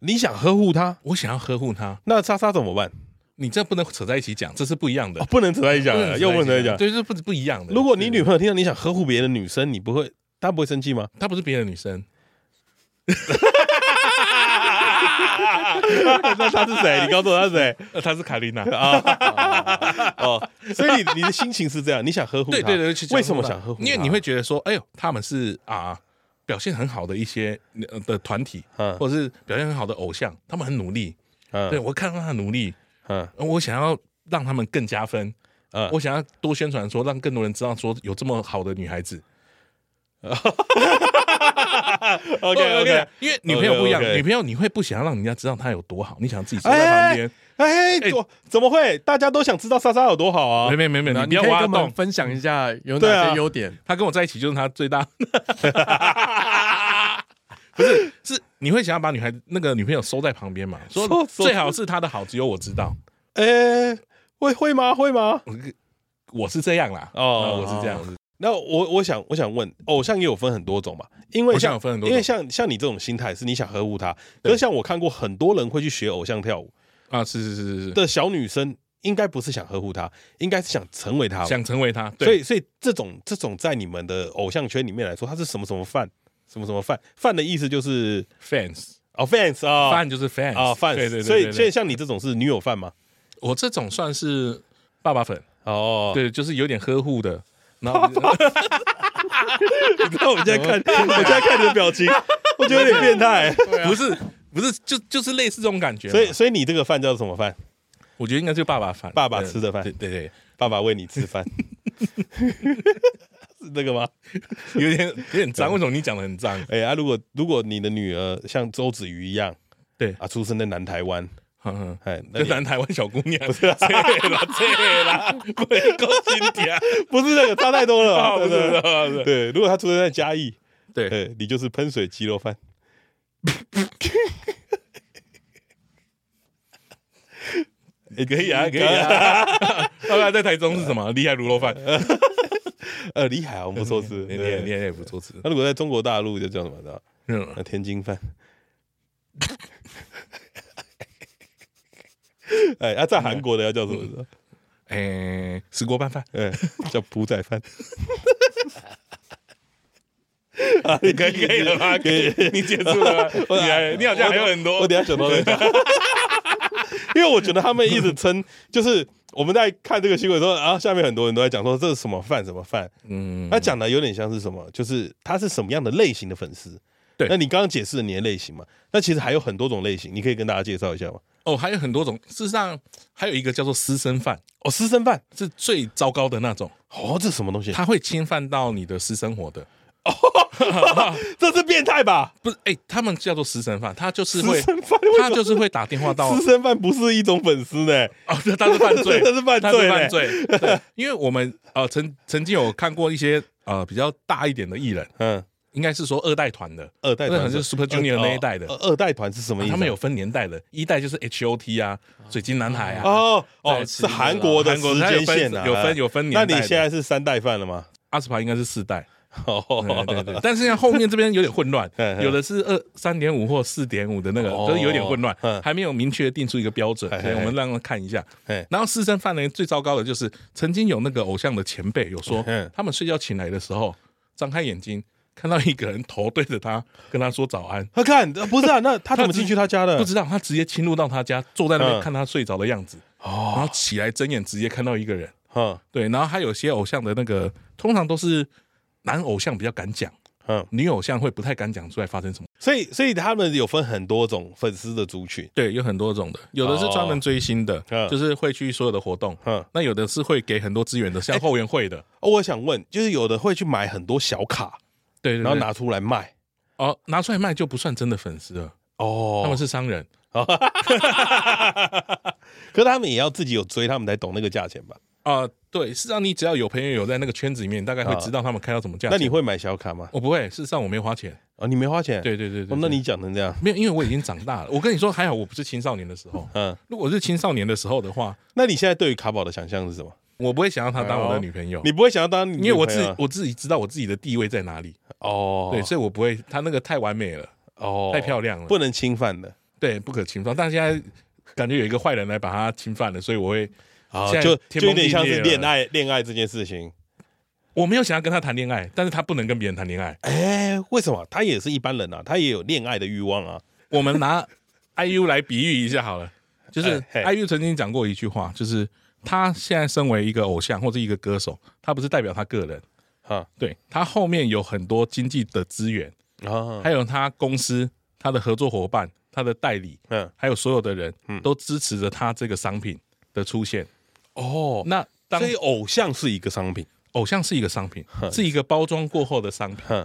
S2: 你想呵护他，
S3: 我想要呵护她。
S2: 那莎莎怎么办？
S3: 你这不能扯在一起讲，这是不一样的
S2: 哦，，不能扯在一起讲
S3: 不
S2: 了，
S3: 能
S2: 又不能扯在一
S3: 在
S2: 起讲。
S3: 对，这是不不一样的。
S2: 如果你
S3: 对
S2: 女朋友听到你想呵护别的女生，你不会，她不会 生气吗？
S3: 她不是别的女 生，
S2: 那她是谁？你告诉我她是谁
S3: 呃，她是凯琳娜。
S2: 啊？ 哦，所以你你的心情是这样，你想呵护她？
S3: 对对对，去讲
S2: 为什么
S3: 她
S2: 想呵护她？
S3: 因为你会觉得说，哎呦，他们是啊。表现很好的一些呃的团体，
S2: 嗯
S3: 或者是表现很好的偶像，他们很努力。对
S2: 嗯
S3: 我看到他的努力，
S2: 嗯
S3: 呃我想要让他们更加分，
S2: 嗯，
S3: 我想要多宣传说，让更多人知道说有这么好的女孩子。
S2: OK
S3: 我跟你讲
S2: OK，
S3: 因为女朋友不一样，
S2: OK，OK
S3: 女朋友你会不想要让人家知道她有多好，你想自己坐在旁
S2: 哎
S3: 边，
S2: 哎，怎怎么会？大家都想知道莎莎有多好啊
S3: 没？没没没，你
S4: 你
S3: 不要
S4: 可以跟
S3: 挖
S4: 我们
S3: 洞。
S4: 分享一下有
S2: 对啊
S4: 哪些优点？
S3: 她跟我在一起就是她最大，不是是 你会想要把女孩那个女朋友收在旁边嘛？
S2: 收
S3: 说
S2: 收
S3: 最好是她的好只有我知道，
S2: 哎，会会吗？会吗？
S3: 我是这样啦，
S2: 哦
S3: 哦，我是这样子，
S2: 那我我想我想问，偶像也有分很多种嘛？因为
S3: 我想
S2: 像
S3: 有分很多
S2: 因为
S3: 种
S2: 像像你这种心态是你想呵护她，可是像我看过很多人会去学偶像跳舞，
S3: 啊，是是是是是，
S2: 的小女生，应该不是想呵护他，应该是想成为他。
S3: 想成为她，对
S2: 所以，所以这种这种在你们的偶像圈里面来说，他是什么什么范，什么什么范？范的意思就是
S3: fans，
S2: 哦，fans 啊、
S3: fan 就是 fans
S2: 啊，fans。
S3: 对对对对，
S2: 所以，
S3: 对
S2: 所以像你这种是女友范吗？
S3: 我这种算是爸爸粉，
S2: 哦， 啊
S3: 对，就是有点呵护的。然后
S2: 你知道我现在看，我现在看你的 表情，我觉得有点变态。
S3: 不是不是就就是类似这种感觉嘛，
S2: 所以，所以你这个饭叫什么饭？
S3: 我觉得应该就是爸爸饭，
S2: 爸爸
S3: 对
S2: 吃的饭
S3: 对对对，
S2: 爸爸喂你吃饭， 是这个吗？
S3: 有点有点 脏，为什么你讲的很脏？
S2: 哎、啊，如果如果你的女儿像周子瑜一样，
S3: 对
S2: 啊，出生在南台湾，
S3: 嗯，
S2: 哎，那
S3: 就
S2: 你啊
S3: 南台湾小姑娘，对 啦对 啦，不能够心甜，
S2: 不是那个差太多了
S3: 啊
S2: 啊，
S3: 不
S2: 对
S3: 是
S2: 对对
S3: 不是，
S2: 对，如果他出生在嘉义，
S3: 对，
S2: 对你就是喷水鸡 肉饭。欸
S3: 可以啊可以。啊。 爸爸在台中是什么？厉害卤肉饭，
S2: 呃，厉害啊，我们不错吃。
S3: 你也
S2: 对
S3: 你也不错吃，
S2: 那如果在中国大陆就叫什么的？
S3: 嗯
S2: 那啊天津饭。 哎，啊，在韩国的要叫什么 的？
S3: 哎，石锅拌饭，
S2: 哎，叫煲仔饭。
S3: 你可以可以了吗？可以，你结束了吗，
S2: 我
S3: 你还你好像还有很多，
S2: 我等一下想到再 讲，因为我觉得他们一直称，就是我们在看这个新闻的时候，然后下面很多人都在讲说这是什么饭什么饭，
S3: 嗯
S2: 他讲的有点像是什么，就是他是什么样的类型的粉丝。
S3: 对
S2: 那你刚刚解释了你的类型嘛？那其实还有很多种类型，你可以跟大家介绍一下吗？
S3: 哦，还有很多种。事实上，还有一个叫做私生饭，
S2: 哦，私生饭，
S3: 是最糟糕的那种，
S2: 哦，这是什么东西？
S3: 他会侵犯到你的私生活的。
S2: 这是变态吧？
S3: 不是，哎、他们叫做私生饭，他就是
S2: 私
S3: 会，
S2: 生饭，为
S3: 他
S2: 什么
S3: 就是会打电话到，
S2: 私生饭不是一种粉丝呢？
S3: 哦，他是犯 罪，
S2: 这是犯
S3: 他
S2: 罪
S3: 是
S2: 嘞
S3: 犯罪。对，因为我们呃曾曾经有看过一些呃比较大一点的艺人，
S2: 嗯，
S3: 应该是说二代团的，
S2: 二代团呃
S3: 那可能是 Super Junior 那一代的
S2: 二二代团是什么意思啊？
S3: 他们有分年代的，一代就是 H O T 啊，水晶男孩啊，
S2: 哦
S3: 在
S2: 哦，
S3: 吃
S2: 是韩国的
S3: 韩
S2: 时
S3: 国它有
S2: 间
S3: 分
S2: 线啊，
S3: 有分有分年
S2: 那
S3: 代的
S2: 你现在是三代饭了吗？
S3: 阿斯帕应该是四代。对对对
S2: 哦，
S3: 但是像后面这边有点混乱
S2: 嗯，嗯
S3: 有的是二三点五或四点五的那个，
S2: 哦
S3: 就是有点混乱
S2: 嗯，
S3: 还没有明确定出一个标准
S2: 嘿嘿。
S3: 所
S2: 嘿
S3: 以我们让他看一下
S2: 嘿。
S3: 然后师生犯人最糟糕的就是，曾经有那个偶像的前辈有说
S2: 嗯，
S3: 他们睡觉醒来的时候，张开眼睛看到一个人头对着他，跟他说早安。
S2: 他看呃不是啊， 那他怎么进去他家的？
S3: 不知道，他直接侵入到他家，坐在那
S2: 嗯哦
S3: 边看他睡着的样子，然后起来睁眼直接看到一个人。
S2: 嗯
S3: 对，然后还有些偶像的那个，通常都是男偶像比较敢讲，
S2: 嗯，
S3: 女偶像会不太敢讲出来发生什么。
S2: 所以所以他们有分很多种粉丝的族群，
S3: 对，有很多种的，有的是专门追星的，
S2: 嗯
S3: 就是会去所有的活动；
S2: 嗯。
S3: 那有的是会给很多资源的，像后援会的，
S2: 哦，我想问，就是有的会去买很多小卡，
S3: 对对对
S2: 然后拿出来卖。
S3: 哦拿出来卖就不算真的粉丝了，
S2: 哦
S3: 他们是商人。
S2: 可是他们也要自己有追，他们才懂那个价钱吧？
S3: 啊、对，事实上你只要有朋友有在那个圈子里面，你大概会
S2: 啊
S3: 知道他们开到什么价
S2: 那
S3: 钱。哦
S2: 你会买小卡吗？
S3: 我不会，事实上我没花钱。
S2: 哦，你没花钱？
S3: 对对对对
S2: 哦
S3: 对
S2: 那你讲成这样，
S3: 没有，因为我已经长大了。我跟你说，还好我不是青少年的时 候。
S2: 嗯，
S3: 如果是青少年的时候的话，
S2: 那你现在对于卡宝的想象是什么？
S3: 我不会想要她当我的女朋友，
S2: 你不会想要当
S3: 哦
S2: 女
S3: 因
S2: 朋
S3: 为
S2: 友啊？
S3: 我自我自己知道我自己的地位在哪里，
S2: 哦，
S3: 对，所以我不会，她那个太完美了，
S2: 哦，
S3: 太漂亮了，
S2: 不能侵犯的。
S3: 对，不可侵犯。但现在感觉有一个坏人来把她侵犯了，所以我会，
S2: 啊，
S3: 现在
S2: 就
S3: 天
S2: 就有
S3: 崩
S2: 点
S3: 地
S2: 像
S3: 裂
S2: 是
S3: 了
S2: 恋爱恋爱这件事情。
S3: 我没有想要跟她谈恋爱，但是她不能跟别人谈恋爱。
S2: 哎，为什么他也是一般人啊？他也有恋爱的欲望啊。
S3: 我们 拿 IU 来比喻一下好了，就是
S2: 哎嘿
S3: IU 曾经讲过一句话，就是她现在身为一个偶像或者一个歌手，她不是代表她个人，
S2: 哈
S3: 对她后面有很多经济的资源，
S2: 啊，
S3: 还有她公司、她的合作伙伴、她的代理，
S2: 嗯，
S3: 还有所有的人都支持着他这个商品的出现。
S2: 哦，
S3: 那当
S2: 所以偶像是一个商品。
S3: 偶像是一个商品，是一个包装过后的商品。
S2: 哼，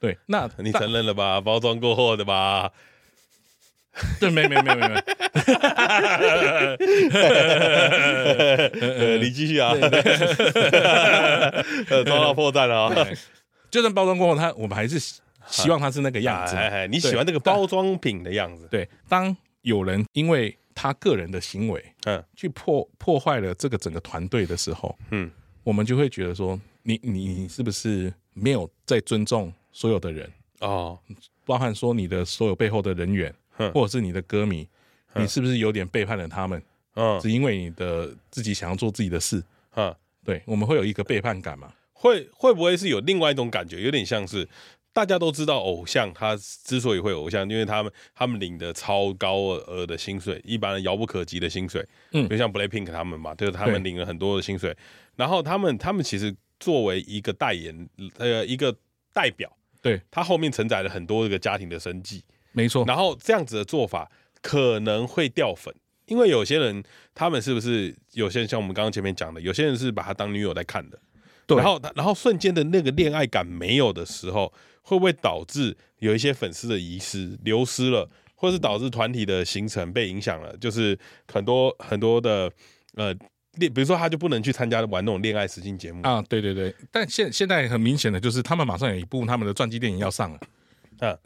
S3: 对，那
S2: 你
S3: 当
S2: 承认了吧？包装过后的吧？
S3: 对没没没没没，
S2: 呃，你继续啊， 呃，抓到破绽了啊！
S3: 就算包装过后，他我们还是希希望他是那个样子嘛。
S2: 哎哎你喜欢那个包装品的样子？
S3: 对，当有人因为他个人的行为
S2: 嗯，
S3: 去破破坏了这个整个团队的时候，
S2: 嗯
S3: 嗯，我们就会觉得说，你你你是不是没有在尊重所有的人？
S2: 哦，
S3: 包含说你的所有背后的人员
S2: 哼，
S3: 或者是你的歌迷，你是不是有点背叛了他们？
S2: 嗯
S3: 只因为你的自己想要做自己的事，
S2: 嗯，
S3: 对，我们会有一个背叛感嘛？
S2: 会会不会是有另外一种感觉，有点像是大家都知道偶像他之所以会偶像，因为他们他们领的超高额的薪水，一般人遥不可及的薪水，
S3: 嗯
S2: 就像 BLACKPINK 他们嘛，就是他们
S3: 对
S2: 领了很多的薪水，然后他们他们其实作为一个代言呃一个代表，
S3: 对，
S2: 他后面承载了很多这个家庭的生计，
S3: 没错，
S2: 然后这样子的做法可能会掉粉，因为有些人他们是不是有些人像我们刚刚前面讲的，有些人是把她当女友在看的，
S3: 对
S2: 然后他然后瞬间的那个恋爱感没有的时候，会不会导致有一些粉丝的遗失、流失了，或是导致团体的形成被影响了？就是很多很多的呃恋，比如说他就不能去参加玩那种恋爱实境节目，
S3: 啊，对对对，但现现在很明显的就是，他们马上有一部他们的传记电影要上了，
S2: 嗯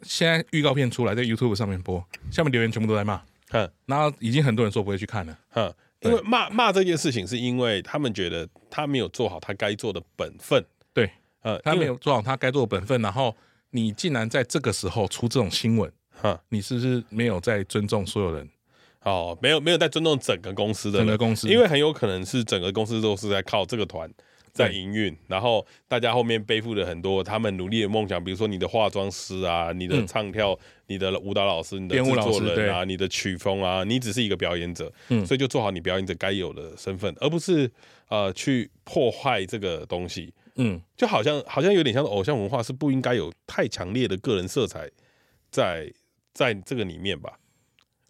S3: 现在预告片出来在 YouTube 上面播，下面留言全部都在骂，
S2: 哼
S3: 然后已经很多人说不会去看了，
S2: 哼。因为骂骂这件事情，是因为他们觉得他没有做好他该做的本分，
S3: 对
S2: 呃，
S3: 他
S2: 因
S3: 没
S2: 为
S3: 有做好他该做的本分，然后你竟然在这个时候出这种新闻，
S2: 哼
S3: 你是不是没有在尊重所有人？
S2: 哦，没有没有在尊重整个公司的人
S3: 整个公司
S2: 因为很有可能是整个公司都是在靠这个团在
S3: 对
S2: 营运，然后大家后面背负了很多他们努力的梦想，比如说你的化妆师啊，你的
S3: 嗯
S2: 唱跳、你的舞蹈老师、你的
S3: 编
S2: 制
S3: 舞老师
S2: 作人啊，你的曲风啊，你只是一个表演者，
S3: 嗯
S2: 所以就做好你表演者该有的身份，而不是呃去破坏这个东西。
S3: 嗯，
S2: 就好像好像有点像偶像文化是不应该有太强烈的个人色彩在在这个里面吧？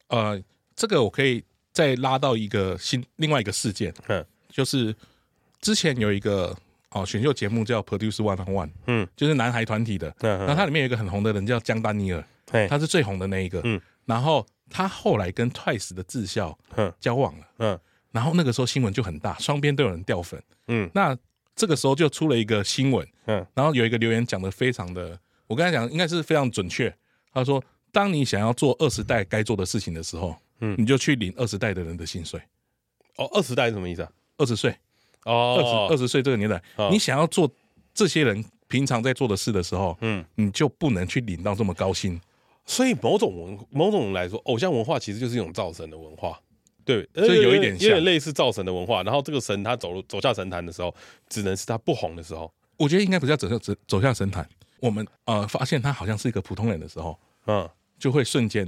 S3: 呃，这个我可以再拉到一个新另外一个事件，
S2: 嗯
S3: 就是之前有一个哦选秀节目叫 Produce One on One，
S2: 嗯，
S3: 就是男孩团体的，
S2: 嗯嗯
S3: 然后它里面有一个很红的人叫江丹尼尔，
S2: 嘿
S3: 他是最红的那一个，
S2: 嗯，
S3: 然后他后来跟 Twice 的智孝
S2: 嗯
S3: 交往了，
S2: 嗯
S3: 然后那个时候新闻就很大，双边都有人掉粉，
S2: 嗯
S3: 那这个时候就出了一个新闻，
S2: 嗯
S3: 然后有一个留言讲的非常的我跟他讲应该是非常准确。他说，当你想要做二十代该做的事情的时候，嗯，你就去领二十代的人的薪水。
S2: 哦，二十代是什么意思啊？
S3: 二十岁，二
S2: 哦，
S3: 十二十岁这个年代，
S2: 哦
S3: 你想要做这些人平常在做的事的时候，
S2: 嗯，
S3: 你就不能去领到这么高薪。
S2: 所以某种文某种来说，偶像文化其实就是一种造神的文化，对，
S3: 以
S2: 呃
S3: 有一点
S2: 有点
S3: 像
S2: 类似造神的文化。然后这个神他走走下神坛的时候，只能是他不红的时候。
S3: 我觉得应该不叫走下走走下神坛。我们呃发现他好像是一个普通人的时候，
S2: 嗯，
S3: 就会瞬间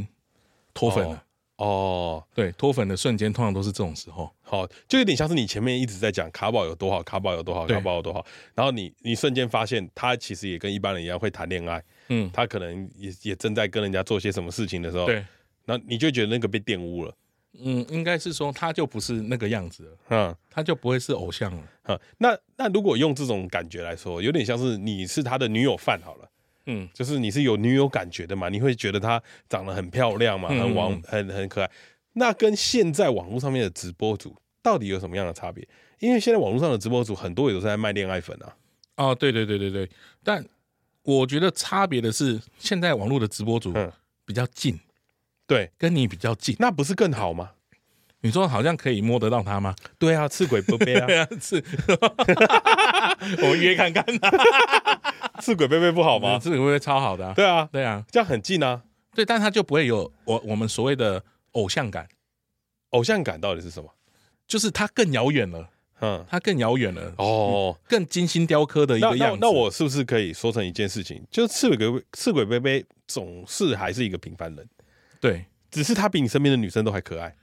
S3: 脱粉了。
S2: 哦，
S3: 对，脱粉的瞬间通常都是这种时候。
S2: 好，就有点像是你前面一直在讲卡宝有多好，卡宝有多好，
S3: 对
S2: 卡宝有多好。然后你你瞬间发现他其实也跟一般人一样会谈恋爱，
S3: 嗯，
S2: 他可能也也正在跟人家做些什么事情的时候，，
S3: 对，
S2: 那你就觉得那个被玷污了。
S3: 嗯，应该是说他就不是那个样子了，
S2: 嗯，
S3: 他就不会是偶像了。
S2: 嗯，那那如果用这种感觉来说，有点像是你是他的女友犯好了。
S3: 嗯，
S2: 就是你是有女友感觉的嘛，你会觉得她长得很漂亮嘛，
S3: 嗯
S2: 很网很很可爱。那跟现在网络上面的直播主到底有什么样的差别？因为现在网络上的直播主很多也都是在卖恋爱粉啊。
S3: 哦，对对对对对，但我觉得差别的是，现在网络的直播主
S2: 嗯
S3: 比较近，
S2: 对，
S3: 跟你比较近，
S2: 那不是更好吗？
S3: 你说好像可以摸得到他吗？
S2: 对啊，赤鬼贝贝 啊，
S3: 啊， 是，我们约看看啊，
S2: 赤鬼贝贝不好吗？
S3: 这个会不会超好的、啊？
S2: 对啊，
S3: 对啊，
S2: 这样很近啊。
S3: 对，但他就不会有我我们所谓的偶像感，
S2: 偶像感到底是什么？
S3: 就是他更遥远了，
S2: 嗯，
S3: 他更遥远了，
S2: 哦，
S3: 更精心雕刻的一
S2: 那
S3: 个样
S2: 那
S3: 子。
S2: 那我是不是可以说成一件事情？就是赤鬼贝赤鬼贝贝总是还是一个平凡人，
S3: 对，
S2: 只是他比你身边的女生都还可爱。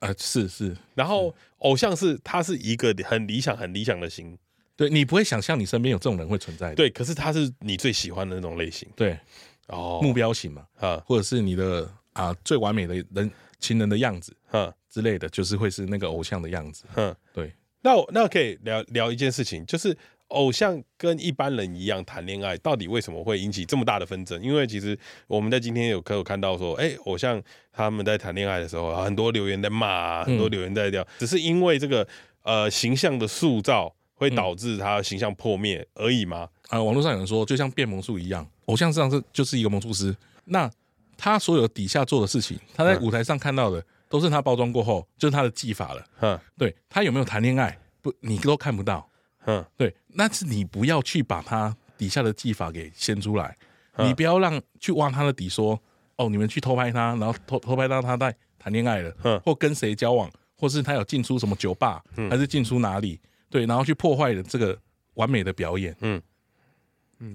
S3: 呃，是是，
S2: 然后偶像是他是一个很理想、很理想的型，
S3: 对你不会想象你身边有这种人会存在的。
S2: 对，可是他是你最喜欢的那种类型
S3: 对，
S2: 哦
S3: 目标型嘛，
S2: 啊
S3: 或者是你的啊、最完美的人情人的样子
S2: 哼
S3: 之类的，就是会是那个偶像的样子。
S2: 哼。
S3: 对，
S2: 那我那可以聊聊一件事情，就是偶像跟一般人一样谈恋爱，到底为什么会引起这么大的纷争？因为其实我们在今天有可有看到说，哎、偶像他们在谈恋爱的时候，很多留言在骂、
S3: 嗯
S2: 啊，很多留言在掉，只是因为这个呃形象的塑造会导致他形象破灭而已吗？
S3: 啊、网络上有人说，就像变魔术一样，偶像实际上是就是一个魔术师。那他所有底下做的事情，他在
S2: 嗯
S3: 舞台上看到的，都是他包装过后，就是他的技法了。
S2: 哼
S3: 对他有没有谈恋爱，不，你都看不到。
S2: 哼
S3: 对，那是你不要去把他底下的技法给掀出来，
S2: 嗯
S3: 你不要让去挖他的底说，哦，你们去偷拍他，然后偷偷拍到他在谈恋爱了，
S2: 嗯
S3: 或跟谁交往，或是他有进出什么酒吧，
S4: 嗯
S3: 还是进出哪里，对，然后去破坏了这个完美的表演，
S2: 嗯
S3: 嗯，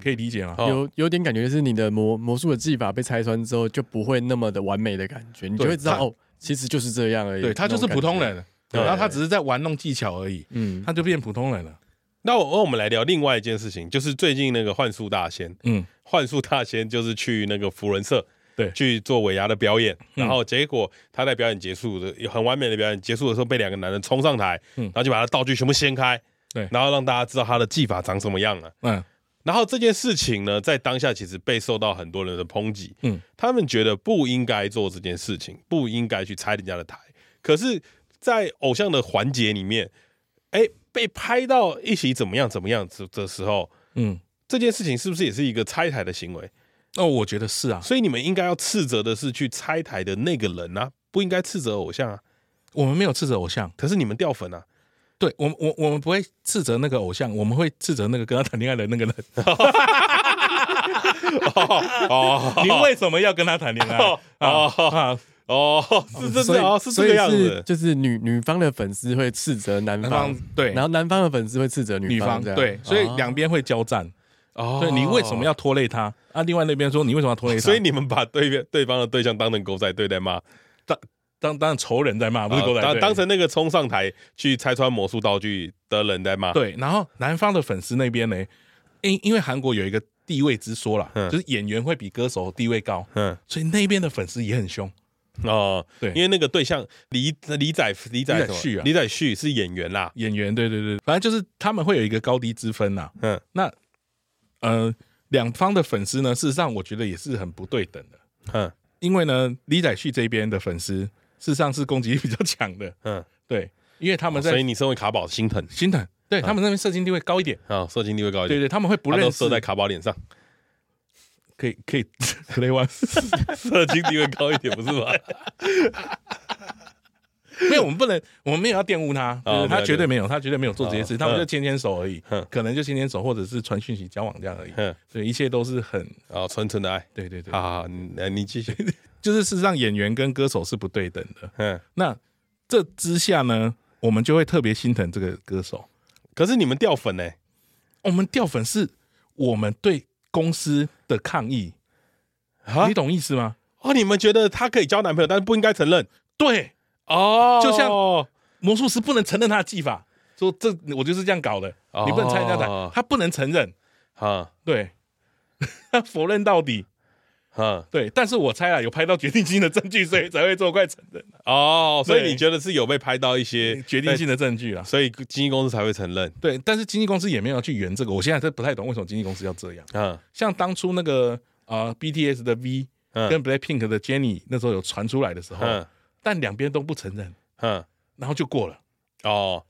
S3: 可以理解吗？
S2: 哦
S4: 有有点感觉是你的魔魔术的技法被拆穿之后，就不会那么的完美的感觉，你就
S3: 对
S4: 会知道
S3: 他
S4: 哦，其实就是这样而已。
S3: 对他就是
S4: 那种
S3: 普通
S4: 感觉，
S3: 人，
S4: 对
S3: 然后他只是在玩弄技巧而已，
S4: 嗯，
S3: 他就变普通人了，
S2: 那我我们来聊另外一件事情，就是最近那个幻术大仙，
S3: 嗯，
S2: 幻术大仙就是去那个福伦社，
S3: 对嗯
S2: 去做尾牙的表演，然后结果他在表演结束的很完美的表演结束的时候，被两个男人冲上台，
S3: 嗯
S2: 然后就把他道具全部掀开，
S3: 对
S2: 然后让大家知道他的技法长什么样了。
S3: 嗯，
S2: 然后这件事情呢，在当下其实被受到很多人的抨击，嗯
S3: 嗯，
S2: 他们觉得不应该做这件事情，不应该去拆人家的台。可是，在偶像的环节里面，哎，被拍到一起怎么样怎么样的的时候，
S3: 嗯，
S2: 这件事情是不是也是一个拆台的行为？
S3: 哦，我觉得是啊，
S2: 所以你们应该要斥责的是去拆台的那个人啊，不应该斥责偶像啊。
S3: 我们没有斥责偶像。
S2: 可是你们掉粉啊，
S3: 对我们，我我们不会斥责那个偶像，我们会斥责那个跟他谈恋爱的那个人。
S2: 哦
S3: 你为什么要跟他谈恋爱？
S2: 哦
S3: 啊
S2: 哦
S3: 啊，
S2: 哦，是这是哦，是这
S4: 所以
S2: 个样
S4: 所以是
S2: 子，
S4: 就是女女方的粉丝会斥责男
S3: 男
S4: 方
S3: 方，对，
S4: 然后男方的粉丝会斥责
S3: 女
S4: 方，
S3: 方
S4: 这样
S3: 对，所以
S4: 哦
S3: 两边会交战。
S2: 哦
S3: 对你为什么要拖累他？啊，另外那边说你为什么要拖累他？
S2: 所以你们把对面对方的对象当成狗仔队在骂，
S3: 当当然仇人在啊骂，不是狗仔
S2: 啊哦当
S3: 队。
S2: 当成那个冲上台去拆穿魔术道具的人在骂。，
S3: 对，然后男方的粉丝那边呢，因因为韩国有一个地位之说啦，
S2: 嗯
S3: 就是演员会比歌手地位高，
S2: 嗯，
S3: 所以那边的粉丝也很凶。
S2: 哦，
S3: 对
S2: 因为那个对象李李宰李宰
S3: 宰
S2: 什么
S3: 旭啊
S2: 李宰旭是演员啦，
S3: 演员，对对对，反正就是他们会有一个高低之分呐、
S2: 嗯
S3: 那呃，两方的粉丝呢，事实上我觉得也是很不对等的，
S2: 嗯
S3: 因为呢，李宰旭这边的粉丝事实上是攻击力比较强的，
S2: 嗯，哦
S3: 对，因为他们
S2: 所以
S3: 在
S2: 你身为卡宝心疼哦
S3: 心疼，对他们那边射精地位高一点，
S2: 啊，射精地位高一
S3: 对
S2: 点，
S3: 对，他们会不
S2: 他
S3: 认
S2: 都
S3: 识
S2: 射在卡宝脸上，
S3: 可以可以 play one，
S2: 射精地位高一点，不是 吗？
S3: 没有，我们不能，我们没有要玷污他，就
S2: 哦
S3: 是
S2: 没
S3: 他
S2: 有
S3: 绝对没有，他绝对没有做这些事，
S2: 哦
S3: 他们就牵牵手而已
S2: 嗯，
S3: 可能就牵牵手，或者是传讯息交往这样而已
S2: 嗯，
S3: 对，一切都是很，
S2: 啊，纯纯的爱。
S3: 对对对，
S2: 好好好，你来你继续。
S3: 就是事实上演员跟歌手是不对等的，
S2: 嗯，
S3: 那这之下呢，我们就会特别心疼这个歌手。
S2: 可是你们掉粉呢、
S3: 我们掉粉是我们对公司的抗议，
S2: 啊
S3: 你懂意思吗？
S2: 哦，你们觉得她可以交男朋友，但是不应该承认
S3: 对，
S2: 哦
S3: 就像魔术师不能承认他的技法，说这我就是这样搞的，
S2: 哦
S3: 你不能参与他的，他不能承认，
S2: 啊
S3: 对， 他否认到底。
S2: 啊
S3: 对，但是我猜啊，有拍到决定性的证据，所以才会做怪承认
S2: 哦，所以
S3: 对
S2: 你觉得是有被拍到一些
S3: 决定性的证据啊。
S2: 所以经纪公司才会承认。
S3: 对，但是经纪公司也没有去圆这个，我现在真不太懂为什么经纪公司要这样。
S2: 嗯
S3: 像当初那个呃 BTS 的 V
S2: 嗯
S3: 跟 BLACKPINK 的 Jennie 那时候有传出来的时候，
S2: 嗯
S3: 但两边都不承认，
S2: 嗯，
S3: 然后就过了。
S2: 哦，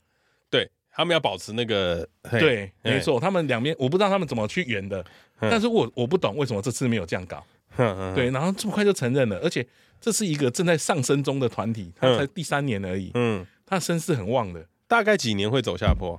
S2: 对他们要保持那个嘿
S3: 对，
S2: 嘿
S3: 没错，他们两边我不知道他们怎么去圆的，
S2: 嗯
S3: 但是我我不懂为什么这次没有这样搞。
S2: 哼哼
S3: 对，然后这么快就承认了，而且这是一个正在上升中的团体，他
S2: 嗯
S3: 才第三年而已，
S2: 嗯，
S3: 他声势很旺的。
S2: 大概几年会走下坡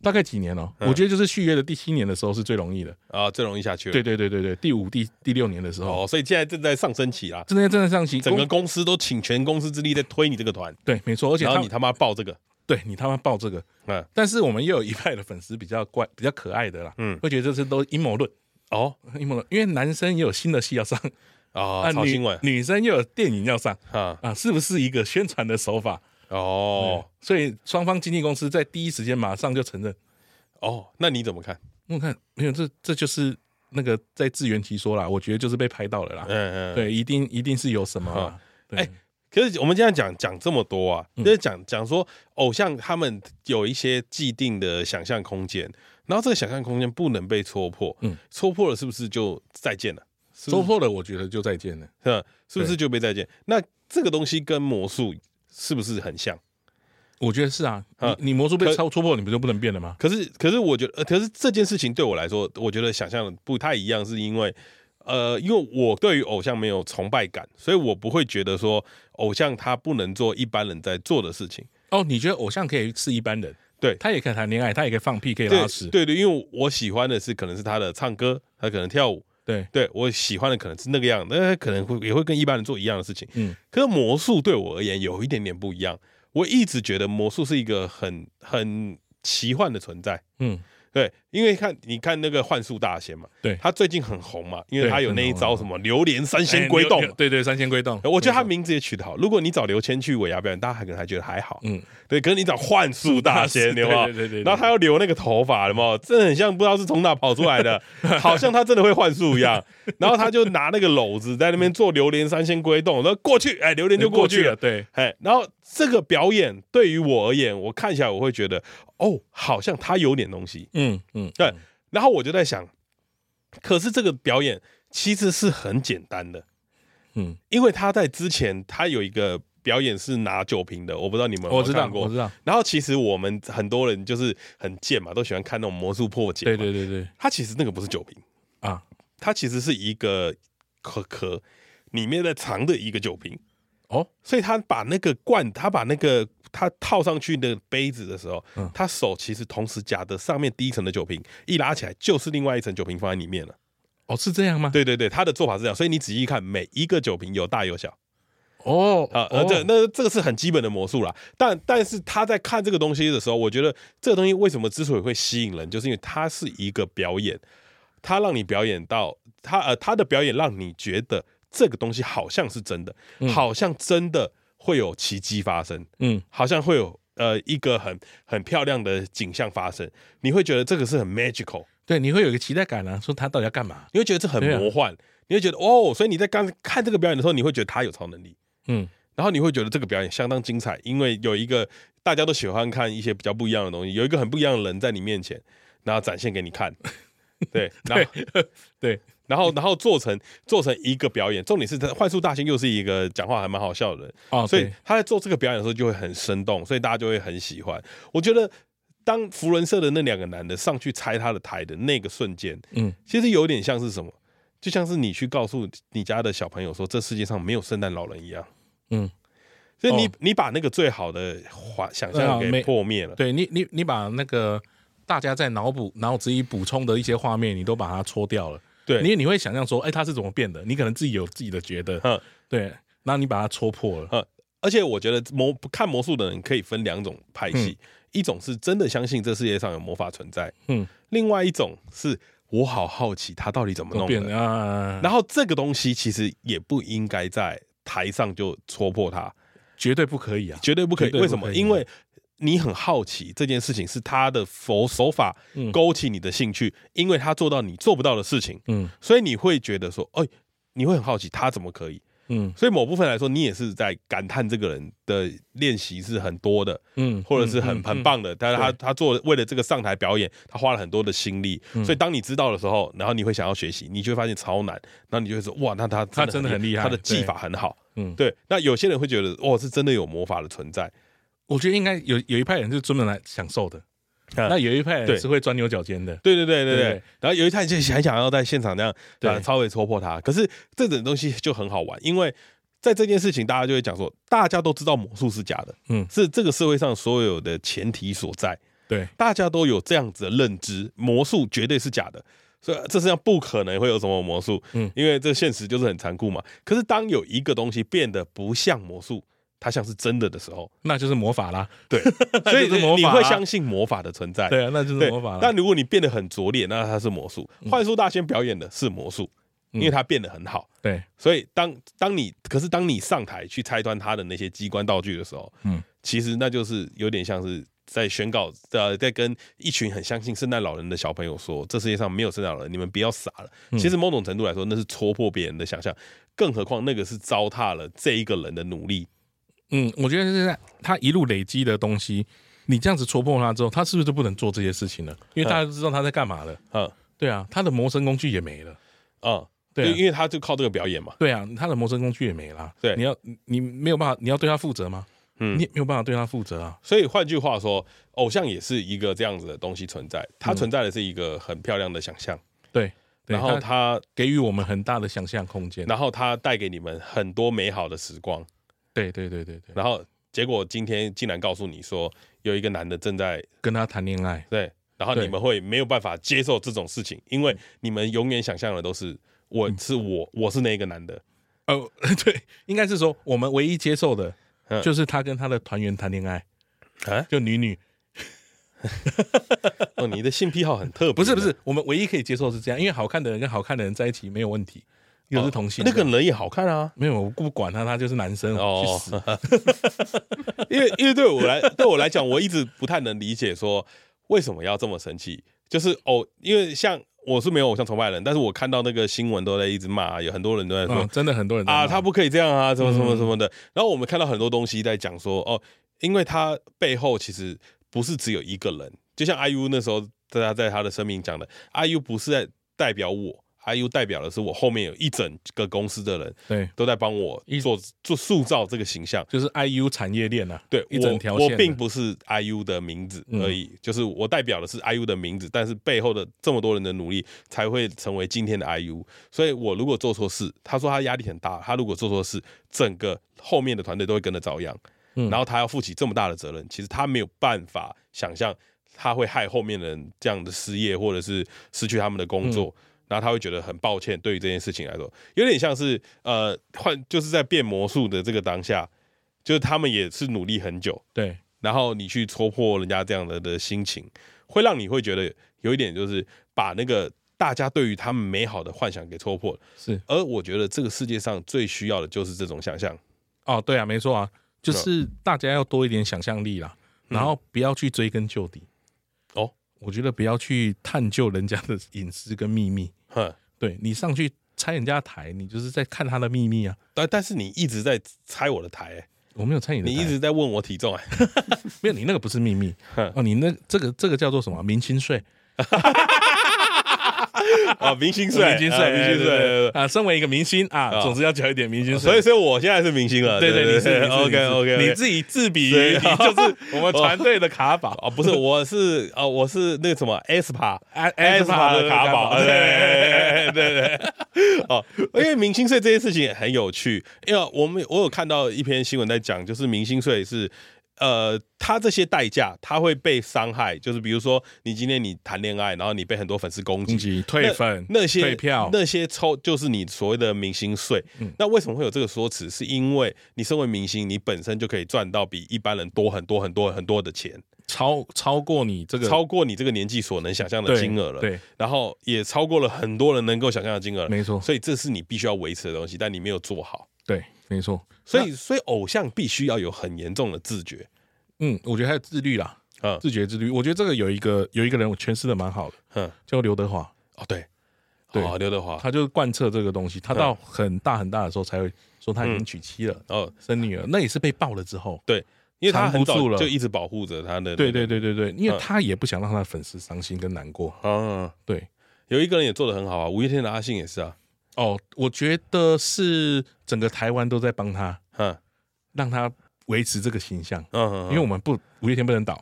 S3: 大概几年哦、
S2: 嗯
S3: 我觉得就是续约的第七年的时候是最容易的。
S2: 啊？最容易下去了。
S3: 对对对对对，第五、第第六年的时候，
S2: 哦，所以现在正在上升期啦，
S3: 真的真的上行
S2: 整个
S3: 公
S2: 公司都请全公司之力在推你这个团，
S3: 对，没错，而且
S2: 然
S3: 他
S2: 后你他妈报这个，
S3: 对你他妈爆这个，
S2: 嗯
S3: 但是我们又有一派的粉丝比较怪、 比较可爱的啦，
S2: 嗯
S3: 会觉得这是都阴谋论，
S2: 哦
S3: 阴谋论，因为男生也有新的戏要上，
S2: 啊，炒
S3: 女
S2: 新闻
S3: 女生又有电影要上
S2: 啊，
S3: 啊，是不是一个宣传的手法？
S2: 哦
S3: 对，所以双方经纪公司在第一时间马上就承认，
S2: 哦，那你怎么看？
S3: 我看没有，这这就是那个在自圆其说啦，我觉得就是被拍到了啦，
S2: 嗯嗯，。
S3: 对，一定一定是有什么啦
S2: 啊，
S3: 对
S2: 哎，可是我们现在讲讲这么多啊，
S3: 嗯
S2: 就是讲讲说偶像他们有一些既定的想象空间，然后这个想象空间不能被戳破，
S3: 嗯
S2: 戳破了是不是就再见了？是不
S3: 收
S2: 是
S3: 获了，我觉得就再见了。
S2: 嗯是不是
S3: 对
S2: 就被再见？那这个东西跟魔术是不是很像？
S3: 我觉得是啊，
S2: 啊
S3: 你你魔术被
S2: 可
S3: 超戳破，你不就不能变了吗？
S2: 可是，可是我觉得，呃，可是这件事情对我来说，我觉得想象不太一样，是因为，呃，因为我对于偶像没有崇拜感，所以我不会觉得说偶像他不能做一般人在做的事情。
S3: 哦，你觉得偶像可以是一般人？
S2: 对
S3: 他也可以谈恋爱，他也可以放屁，可以
S2: 对
S3: 拉屎。
S2: 对对，因为我喜欢的是可能是他的唱歌，他可能跳舞，
S3: 对
S2: 对我喜欢的可能是那个样，那可能会也会跟一般人做一样的事情。
S3: 嗯，
S2: 可是魔术对我而言有一点点不一样，我一直觉得魔术是一个很很奇幻的存在。
S3: 嗯，
S2: 对，因为看你看那个幻术大仙嘛，
S3: 对
S2: 他最近很红嘛，因为
S3: 对
S2: 他有
S3: 很
S2: 那一
S3: 红
S2: 招
S3: 啊
S2: 什么榴莲三仙归洞
S3: 哎
S2: 嘛
S3: 六。对对，三仙归洞。
S2: 我觉得他
S3: 没
S2: 名字也取得好。如果你找刘谦去尾牙表演，大家还可能还觉得还好
S3: 错，嗯，
S2: 对。可是你找幻术大仙，
S3: 对
S2: 有没有
S3: 对？对对，
S2: 然后他
S3: 又
S2: 要留那个头发，有没有？真的很像不知道是从哪跑出来的，好像他真的会幻术一样。然后他就拿那个篓子在那边做榴莲三仙归洞，然后过去，哎，榴莲就过去了。
S3: 对，
S2: 哎，然后这个表演对于我而言，我看起来我会觉得，哦，好像他有点东西。
S3: 嗯嗯，
S2: 对然后我就在想，可是这个表演其实是很简单的，
S3: 嗯，
S2: 因为他在之前他有一个表演是拿酒瓶的，我不知道你们有没有
S3: 我知道，
S2: 看过
S3: 我知道，
S2: 然后其实我们很多人就是很贱嘛，都喜欢看那种魔术破解。
S3: 对，对对对
S2: 它其实那个不是酒瓶，
S3: 啊，
S2: 它其实是一个壳壳里面的藏的一个酒瓶。
S3: 哦，
S2: 所以他把那个罐，他把那个他套上去的杯子的时候，
S3: 嗯
S2: 他手其实同时夹的上面第一层的酒瓶，一拉起来就是另外一层酒瓶放在里面了。
S3: 哦是这样吗？
S2: 对对对，他的做法是这样，所以你仔细看，每一个酒瓶有大有小。
S3: 哦，
S2: 啊，呃，
S3: 哦
S2: 这那这个是很基本的魔术啦。但但是他在看这个东西的时候，我觉得这个东西为什么之所以会吸引人，就是因为它是一个表演，它让你表演到它呃它的表演让你觉得这个东西好像是真的，好像真的会有奇迹发生，
S3: 嗯
S2: 好像会有呃一个很很漂亮的景象发生，你会觉得这个是很 magical，
S3: 对，你会有一个期待感啊，说他到底要干嘛？
S2: 你会觉得这很
S3: 对啊
S2: 魔幻，你会觉得哦，所以你在刚看这个表演的时候，你会觉得他有超能力。
S3: 嗯，
S2: 然后你会觉得这个表演相当精彩，因为有一个大家都喜欢看一些比较不一样的东西，有一个很不一样的人在你面前，然后展现给你 看，对，然后
S3: 对，
S2: 然后然后做成做成一个表演，重点是他幻术大仙又是一个讲话还蛮好笑的人，
S3: 哦，
S2: 所以
S3: 对
S2: 他在做这个表演的时候就会很生动，所以大家就会很喜欢。我觉得当福伦社的那两个男的上去拆他的台的那个瞬间，
S3: 嗯，
S2: 其实有点像是什么？就像是你去告诉你家的小朋友说，这世界上没有圣诞老人一样。
S3: 嗯，
S2: 所以你、
S3: 哦
S2: 你把那个最好的幻想象
S3: 对啊
S2: 给
S3: 没
S2: 破灭了。
S3: 对你你你把那个大家在脑补脑子里补充的一些画面，你都把它搓掉了。
S2: 对，
S3: 因为你会想象说，哎、它是怎么变的？你可能自己有自己的觉得，
S2: 嗯
S3: 对，然后你把它戳破了，
S2: 而且我觉得魔看魔术的人可以分两种派系，一种是真的相信这世界上有魔法存在，
S3: 嗯，
S2: 另外一种是我好好奇他到底怎么
S3: 都
S2: 弄
S3: 变
S2: 的。
S3: 了啊，
S2: 然后这个东西其实也不应该在台上就戳破它，
S3: 绝对不可以啊，
S2: 绝对不可以。
S3: 绝对不
S2: 为什么？
S3: 可以
S2: 因为你很好奇这件事情是他的佛手法
S3: 嗯
S2: 勾起你的兴趣，因为他做到你做不到的事情，
S3: 嗯
S2: 所以你会觉得说，哎，你会很好奇他怎么可以。
S3: 嗯
S2: 所以某部分来说，你也是在感叹这个人的练习是很多的，
S3: 嗯，
S2: 或者是很
S3: 嗯
S2: 很，棒的。但是他他做为了这个上台表演，他花了很多的心力。
S3: 嗯
S2: 所以当你知道的时候，然后你会想要学习，你就会发现超难，然后你就会说哇，那他
S3: 他真的很厉害
S2: 他的
S3: 对
S2: 技法很好。
S3: 嗯嗯，对，
S2: 对，那有些人会觉得哦，是真的有魔法的存在。
S3: 我觉得应该有有一派人是专门来享受的，
S2: 啊
S3: 那有一派
S2: 对
S3: 人是会钻牛角尖的，
S2: 对对对对对
S3: 对，
S2: 然后有一他就想想要在现场那样，啊
S3: 对
S2: 对，稍微戳破他。可是这种东西就很好玩，因为在这件事情，大家就会讲说，大家都知道魔术是假的，
S3: 嗯
S2: 是这个社会上所有的前提所在，
S3: 对，
S2: 大家都有这样子的认知，魔术绝对是假的。所以这世上不可能会有什么魔术，嗯
S3: 嗯，
S2: 因为这现实就是很残酷嘛。可是当有一个东西变得不像魔术，它像是真的的时候，
S3: 那就是魔法啦，
S2: 对，
S3: 那
S2: 所以
S3: 就是魔
S2: 你
S3: 法
S2: 会
S3: 啦
S2: 相信魔法的存在，
S3: 对啊，嗯那就是
S2: 对，
S3: 魔法啦，
S2: 但如果你变得很拙劣，那它是魔术。幻术大仙表演的是魔术，
S3: 嗯
S2: 因为他变得很好。
S3: 对，
S2: 所以当当你可是当你上台去拆穿他的那些机关道具的时候，嗯
S3: 嗯，
S2: 其实那就是有点像是在宣告，呃，在跟一群很相信圣诞老人的小朋友说，这世界上没有圣诞老人，你们不要傻了。
S3: 嗯
S2: 其实某种程度来说，那是戳破别人的想象，更何况那个是糟蹋了这一个人的努力。
S3: 嗯，我觉得是在他一路累积的东西，你这样子戳破他之后，他是不是就不能做这些事情了？因为大家都知道他在干嘛了。
S2: 嗯
S3: 对啊，他的谋生工具也没了。
S2: 嗯，
S3: 对
S2: 就
S3: 啊
S2: 因为他就靠这个表演嘛。
S3: 对啊，他的谋生工具也没啦。
S2: 对
S3: 你要你你没有办法，你要对他负责吗？
S2: 嗯
S3: 你也没有办法对他负责啊。
S2: 所以换句话说，偶像也是一个这样子的东西存在，它存在的是一个很漂亮的想象，
S3: 对，嗯对
S2: 然后
S3: 他
S2: 它，
S3: 给予我们很大的想象空间。
S2: 然后它带给你们很多美好的时光，
S3: 对对对对对，
S2: 然后结果今天竟然告诉你说有一个男的正在
S3: 跟他谈恋爱，
S2: 对，然后
S3: 对嗯
S2: 你们会没有办法接受这种事情，因为你们永远想象的都是我是我，我是那个男的，
S3: 哦， 对，应该是说我们唯一接受的
S2: 嗯
S3: 就是他跟他的团员谈恋爱，
S2: 啊，
S3: 就女女。
S2: 哦，你的性癖好很特别，
S3: 不是不是，我们唯一可以接受是这样，因为好看的人跟好看的人在一起没有问题，又是同性
S2: 哦那
S3: 恋，
S2: 个人也好看啊，
S3: 没有，我不管他，他就是男生，
S2: 哦
S3: 哦，去死！
S2: 因为因为对我来对我来讲，我一直不太能理解说为什么要这么生气。就是哦，因为像我是没有偶像崇拜的人，但是我看到那个新闻都在一直骂，有很多人都在说、
S3: 嗯，真的很多人在
S2: 啊，
S3: 骂
S2: 他不可以这样啊，什么什么什么
S3: 嗯
S2: 的。然后我们看到很多东西在讲说哦，因为他背后其实不是只有一个人，就像 IU 那时候大家在他的声明讲的，IU 不是在代表我。IU 代表的是我后面有一整个公司的人
S3: 对，
S2: 都在帮我
S3: 一
S2: 做做塑造这个形象，
S3: 就是 IU 产业链啊，
S2: 对，
S3: 一
S2: 我
S3: 整条
S2: 我
S3: 线的
S2: 并不是 IU 的名字而已，就是我代表的是 IU 的名字，但是背后的这么多人的努力才会成为今天的 IU。所以我如果做错事，他说他压力很大，他如果做错事，整个后面的团队都会跟着遭殃。
S3: 嗯
S2: 然后他要负起这么大的责任，其实他没有办法想象他会害后面的人这样的失业，或者是失去他们的工作。然后他会觉得很抱歉，对于这件事情来说，有点像是呃换就是在变魔术的这个当下，就是他们也是努力很久，
S3: 对，
S2: 然后你去戳破人家这样的的心情，会让你会觉得有一点就是把那个大家对于他们美好的幻想给戳破了。
S3: 是
S2: 而我觉得这个世界上最需要的就是这种想象。
S3: 哦，对啊，没错啊，嗯就是大家要多一点想象力啦，然后不要去追根究底。
S2: 哦，
S3: 我觉得不要去探究人家的隐私跟秘密，
S2: 哼，
S3: 对你上去拆人家的台，你就是在看他的秘密啊。
S2: 但但是你一直在拆我的台、欸
S3: 我没有拆你的台，
S2: 你一直在问我 体重、欸，
S3: 没有，你那个不是秘密
S2: 哼
S3: 哦，你那这个这个叫做什么？明星税，
S2: 啊，明星税，
S3: 哦明星
S2: 啊
S3: 税，
S2: 明星
S3: 对对对
S2: 税。
S3: 啊！身为一个明星啊，
S2: 啊
S3: 总之要交一点明星税。
S2: 所以，所以我现在是明星了。
S3: 对对，你是
S2: OK OK，
S3: 你自己自比
S2: 对
S3: 于你
S2: 哦
S3: 就是我们团队的卡宝
S2: 啊，不是，我是啊，我是那个什么 S 帕
S3: 啊
S2: S 帕的卡宝，对对对对，哦，因为明星税这件事情也很有趣，因为我们我有看到一篇新闻在讲，就是明星税是。呃，他这些代价，他会被伤害，就是比如说，你今天你谈恋爱，然后你被很多粉丝攻击
S3: 攻，击退粉
S2: 那那些
S3: 退票，嗯
S2: 那些抽就是你所谓的明星税。那为什么会有这个说辞？是因为你身为明星，你本身就可以赚到比一般人多很多很多很多的钱，
S3: 超超过你这个
S2: 超过你这个年纪所能想象的
S3: 对
S2: 金额了。
S3: 对，
S2: 然后也超过了很多人能够想象的金额了。
S3: 没错
S2: 所以这是你必须要维持的东西，但你没有做好。
S3: 对，没错。
S2: 所以，所以偶像必须要有很严重的自觉。
S3: 嗯，我觉得还有自律啦，
S2: 嗯
S3: 自觉自律。我觉得这个有一个有一个人我诠释的蛮好的，
S2: 嗯，
S3: 叫刘德华，
S2: 哦对，
S3: 对
S2: 哦刘德华，
S3: 他就是贯彻这个东西，他到很大很大的时候才会说他已经娶妻了，
S2: 哦，
S3: 生女儿，那也是被爆了之后。
S2: 对，因为他
S3: 藏不
S2: 很早
S3: 住了
S2: 就一直保护着他的。
S3: 对对对对对，因为
S2: 嗯
S3: 他也不想让他的粉丝伤心跟难过。
S2: 啊，
S3: 对，
S2: 有一个人也做的很好啊，五月天的阿信也是啊。
S3: 哦，我觉得是整个台湾都在帮他，
S2: 嗯
S3: 让他维持这个形象，
S2: 嗯，
S3: 因为我们不五月天不能倒，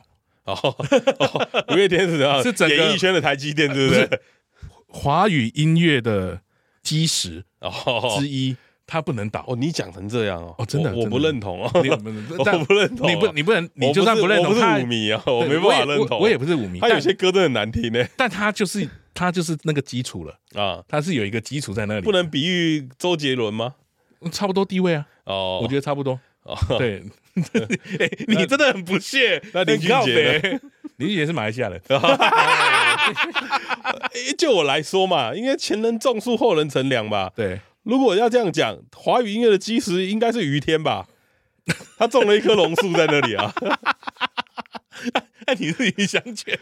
S2: 哦， 哦五月天是怎 样？
S3: 是整个
S2: 演艺圈的台积电，对不对？
S3: 华语音乐的基石
S2: 哦
S3: 之一，他不能倒。
S2: 哦，你讲成这样哦，
S3: 哦真的
S2: 我我
S3: 真的
S2: 不认同哦，
S3: 你
S2: 我
S3: 但
S2: 不认同啊
S3: 你不你不能，你
S2: 我
S3: 就算
S2: 是
S3: 认同
S2: 我不
S3: 他
S2: 是舞，迷啊，我
S3: 对
S2: 没办
S3: 也
S2: 法认同，
S3: 我我也不是舞迷，
S2: 他有
S3: 但
S2: 些歌真的很难听呢
S3: 但他就是他就是那个基础了，
S2: 啊，
S3: 他是有一个基础在那里，
S2: 不能比喻周杰伦吗？
S3: 差不多地位啊，
S2: 哦，
S3: 我觉得差不多。
S2: 得
S3: 对，哎， 你真的很不屑，
S2: 那林
S3: 很
S2: 俊
S3: 靠
S2: 杰哦
S3: 北，林俊杰是马来西亚人，
S2: 诶哎就我来说嘛，应该前人种树，后人乘凉吧。
S3: 对，
S2: 如果要这样讲，华语音乐的基石应该是于天吧？他种了一棵榕树在那里 啊。
S3: 那你是于香泉，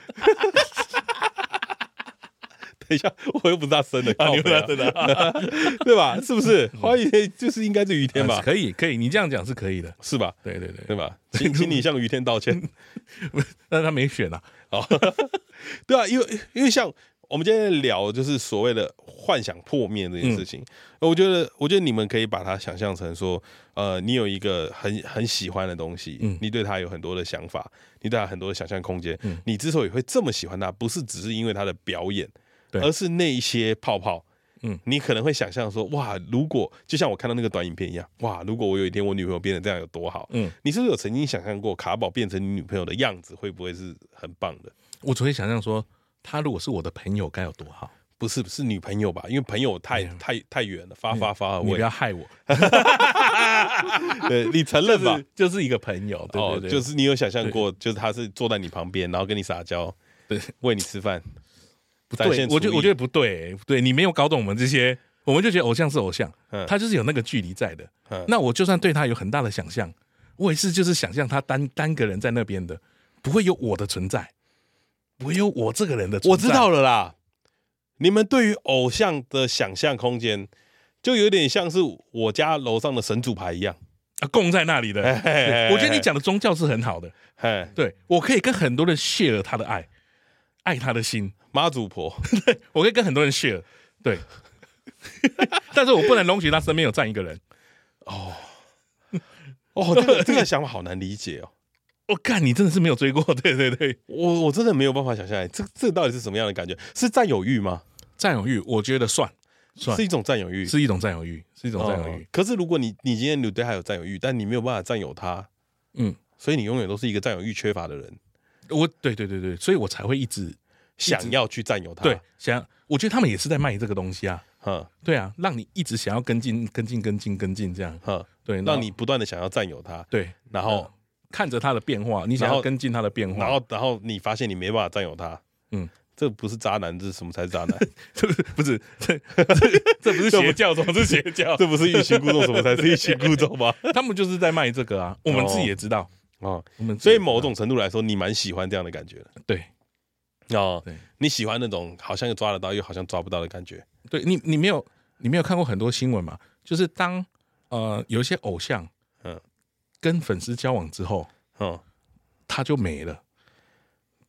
S2: 等一下，我又不是他生的，
S3: 啊
S2: 靠
S3: 你不
S2: 北
S3: 是
S2: 啊
S3: 他生
S2: 对吧？是不是？华语就是应该是于天吧？
S3: 可以可以，你这样讲是可以的，
S2: 啊是吧？
S3: 对对对，
S2: 对吧？请请你向于天道歉。
S3: 但他没选啊，
S2: 哦，对啊，因为因为像我们今天聊就是所谓的幻想破灭这件事
S3: 嗯
S2: 情，呃我觉得我觉得你们可以把它想象成说，呃，你有一个很很喜欢的东西，
S3: 嗯
S2: 你对它有很多的想法，你对它很多的想象空间，
S3: 嗯
S2: 你之所以会这么喜欢它，不是只是因为它的表演，
S3: 对
S2: 而是那一些泡泡。
S3: 嗯
S2: 你可能会想象说，哇，如果就像我看到那个短影片一样，哇，如果我有一天我女朋友变得这样有多好？
S3: 嗯，
S2: 你是不是有曾经想象过卡宝变成你女朋友的样子会不会是很棒的？
S3: 我只会想象说，他如果是我的朋友该有多好，
S2: 不是是女朋友吧？因为朋友太太太远了，发发
S3: 嗯
S2: 发而
S3: 啊你
S2: 未
S3: 不要害我，
S2: 对，你承认吧
S3: 是？就是一个朋友，对
S2: 哦
S3: 对，对，
S2: 就是你有想象过，就是他是坐在你旁边，然后跟你撒娇，
S3: 对，
S2: 喂你吃饭，
S3: 不
S2: 展现
S3: 对，我觉
S2: 厨
S3: 得
S2: 艺
S3: 我觉得不对，不对，你没有搞懂我们这些，我们就觉得偶像是偶像
S2: 嗯，
S3: 他就是有那个距离在的
S2: 嗯。
S3: 那我就算对他有很大的想象，我也是就是想象他单单个人在那边的，不会有我的存在，不会有我这个人的存在。
S2: 我知道
S3: 了，
S2: 了啦。你们对于偶像的想象空间，就有点像是我家楼上的神主牌一样。
S3: 啊供在那里的。
S2: 嘿嘿嘿
S3: 对我觉得你讲的宗教是很好的，
S2: 嘿，
S3: 对我可以跟很多人 share 他的爱，爱他的心，
S2: 妈祖婆，
S3: 我可以跟很多人 share，对。 但是我不能容许他身边有站一个人。
S2: 哦，这个这个想法好难理解 哦。
S3: 我、看你真的是没有追过，对对对，
S2: 我我真的没有办法想象，这这到底是什么样的感觉？是占有欲吗？
S3: 占有欲，我觉得算算
S2: 是一种占有欲，
S3: 是一种占有欲，是一种占有
S2: 哦
S3: 欲。
S2: 可是如果你你今天你对他有占有欲，但你没有办法占有他，
S3: 嗯，
S2: 所以你永远都是一个占有欲缺乏的人，
S3: 哦我对对对对，所以我才会一直
S2: 想要去占有他。
S3: 对，想，我觉得他们也是在卖这个东西啊，
S2: 哼
S3: 对啊，让你一直想要跟进、跟进、跟进、跟进这样，
S2: 哼，
S3: 对，然
S2: 让
S3: 后
S2: 你不断的想要占有他，
S3: 对，
S2: 然
S3: 然后
S2: 后
S3: 看着他的变化，你想
S2: 然
S3: 要
S2: 后
S3: 跟进他的变化，
S2: 然后然后你发现你没办法占有他，
S3: 嗯，
S2: 这不是渣男，这是什么才是渣 男？
S3: 这不是这 这不是邪教，怎么是邪教？
S2: 这不是欲擒故纵，什么才是欲擒故纵 吗？
S3: 他们就是在卖这个啊，我们
S2: 哦
S3: 自己也知道，
S2: 哦，
S3: 我们自己
S2: 所以
S3: 也知道
S2: 某种程度来说，你蛮喜欢这样的感觉的。
S3: 对
S2: 哦
S3: 对，
S2: 你喜欢那种好像又抓得到又好像抓不到的感觉。
S3: 对你，你没有你没有看过很多新闻嘛？就是当呃有一些偶像，
S2: 嗯
S3: 嗯，跟粉丝交往之后，
S2: 嗯，
S3: 他就没了，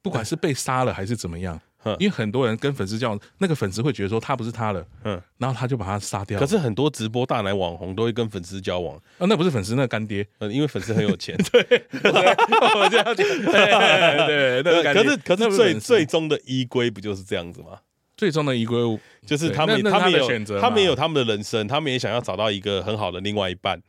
S3: 不管是被杀了还是怎么样
S2: 嗯，
S3: 因为很多人跟粉丝交往，那个粉丝会觉得说他不是他了，
S2: 嗯
S3: 嗯，然后他就把他杀掉。
S2: 可是很多直播大奶网红都会跟粉丝交往，
S3: 啊，那不是粉丝，那个干 爹。
S2: 呃，因为粉丝很有钱，哦
S3: 我这 样讲，对对，那个干爹
S2: 可是可
S3: 那
S2: 是
S3: 不
S2: 最
S3: 粉丝
S2: 最终的依归不就是这样子吗？
S3: 最终的遗归物
S2: 就是
S3: 对
S2: 他们
S3: 那那是
S2: 们
S3: 他的
S2: 有
S3: 选择嘛
S2: 他们也有他们的人生，他们也想要找到一个很好的另外一半，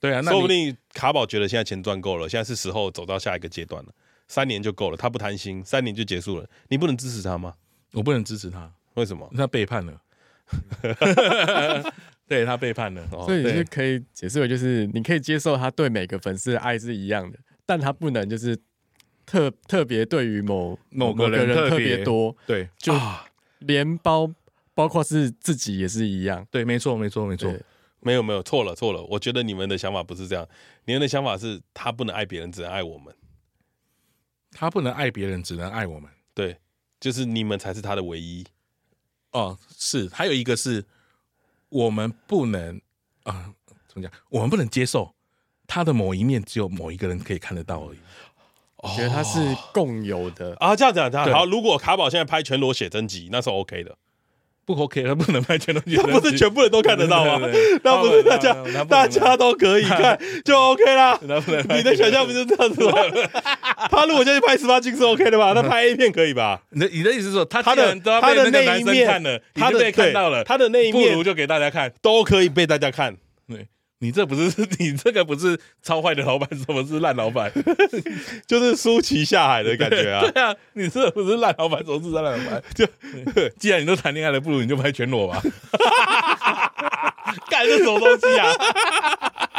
S3: 对啊，那
S2: 说不
S3: 你
S2: 定卡宝觉得现在钱赚够了，现在是时候走到下一个阶段了，三年就够了，他不贪心，三年就结束了，你不能支持他吗？
S3: 我不能支持他，
S2: 为什么？
S3: 他背叛 了，对他背叛了，哦
S4: 所以
S3: 对
S4: 是可以解释为，就是你可以接受他对每个粉丝的爱是一样的，但他不能就是特特别对于某
S3: 某个
S4: 个
S3: 人特
S4: 特
S3: 别啊
S4: 别多，
S3: 对
S4: 就连包包括是自己也是一样。
S3: 对，没错没错没错
S4: 对，
S2: 没有没有，错了错了，我觉得你们的想法不是这样，你们的想法是他不能爱别人，只能爱我们，
S3: 他不能爱别人，只能爱我们。
S2: 对，就是你们才是他的唯一。
S3: 哦，是，还有一个是我们不能啊、怎么讲？我们不能接受他的某一面只有某一个人可以看得到而已。哦
S4: 觉得他是共有的，
S2: 啊，这样讲，这样
S3: 对
S2: 好。如果卡宝现在拍全裸写真集，那是 OK 的，
S3: 不 OK，他不能拍全都
S2: 他不是全部人都看得到吗
S3: 对对对？
S2: 那不是大
S3: 啊他不
S2: 家
S3: 能他不能
S2: 大家都可 以看，就 OK 啦。你的想象不就是这样子吗？他如果现在拍十八禁是 OK 的吧？那拍 A 片可以吧？
S3: 你的你的意思是说，他
S2: 他
S3: 既
S2: 的
S3: 然都要
S2: 他
S3: 被
S2: 的
S3: 那个
S2: 那
S3: 男
S2: 一
S3: 生
S2: 面
S3: 看了，你
S2: 他
S3: 就
S2: 的
S3: 被看
S2: 对
S3: 到了，
S2: 他的那一
S3: 不
S2: 面
S3: 如就给大家看。
S2: 都可以被大家看。
S3: 对你这不是你这个不是超坏的老板，什么是烂老板？
S2: 就是舒淇下海的感觉啊！
S3: 对啊，你这不是烂老板，什么是烂老板？就 既然你都谈恋爱了，不如你就拍全裸 吧。
S2: 干这什么东西啊？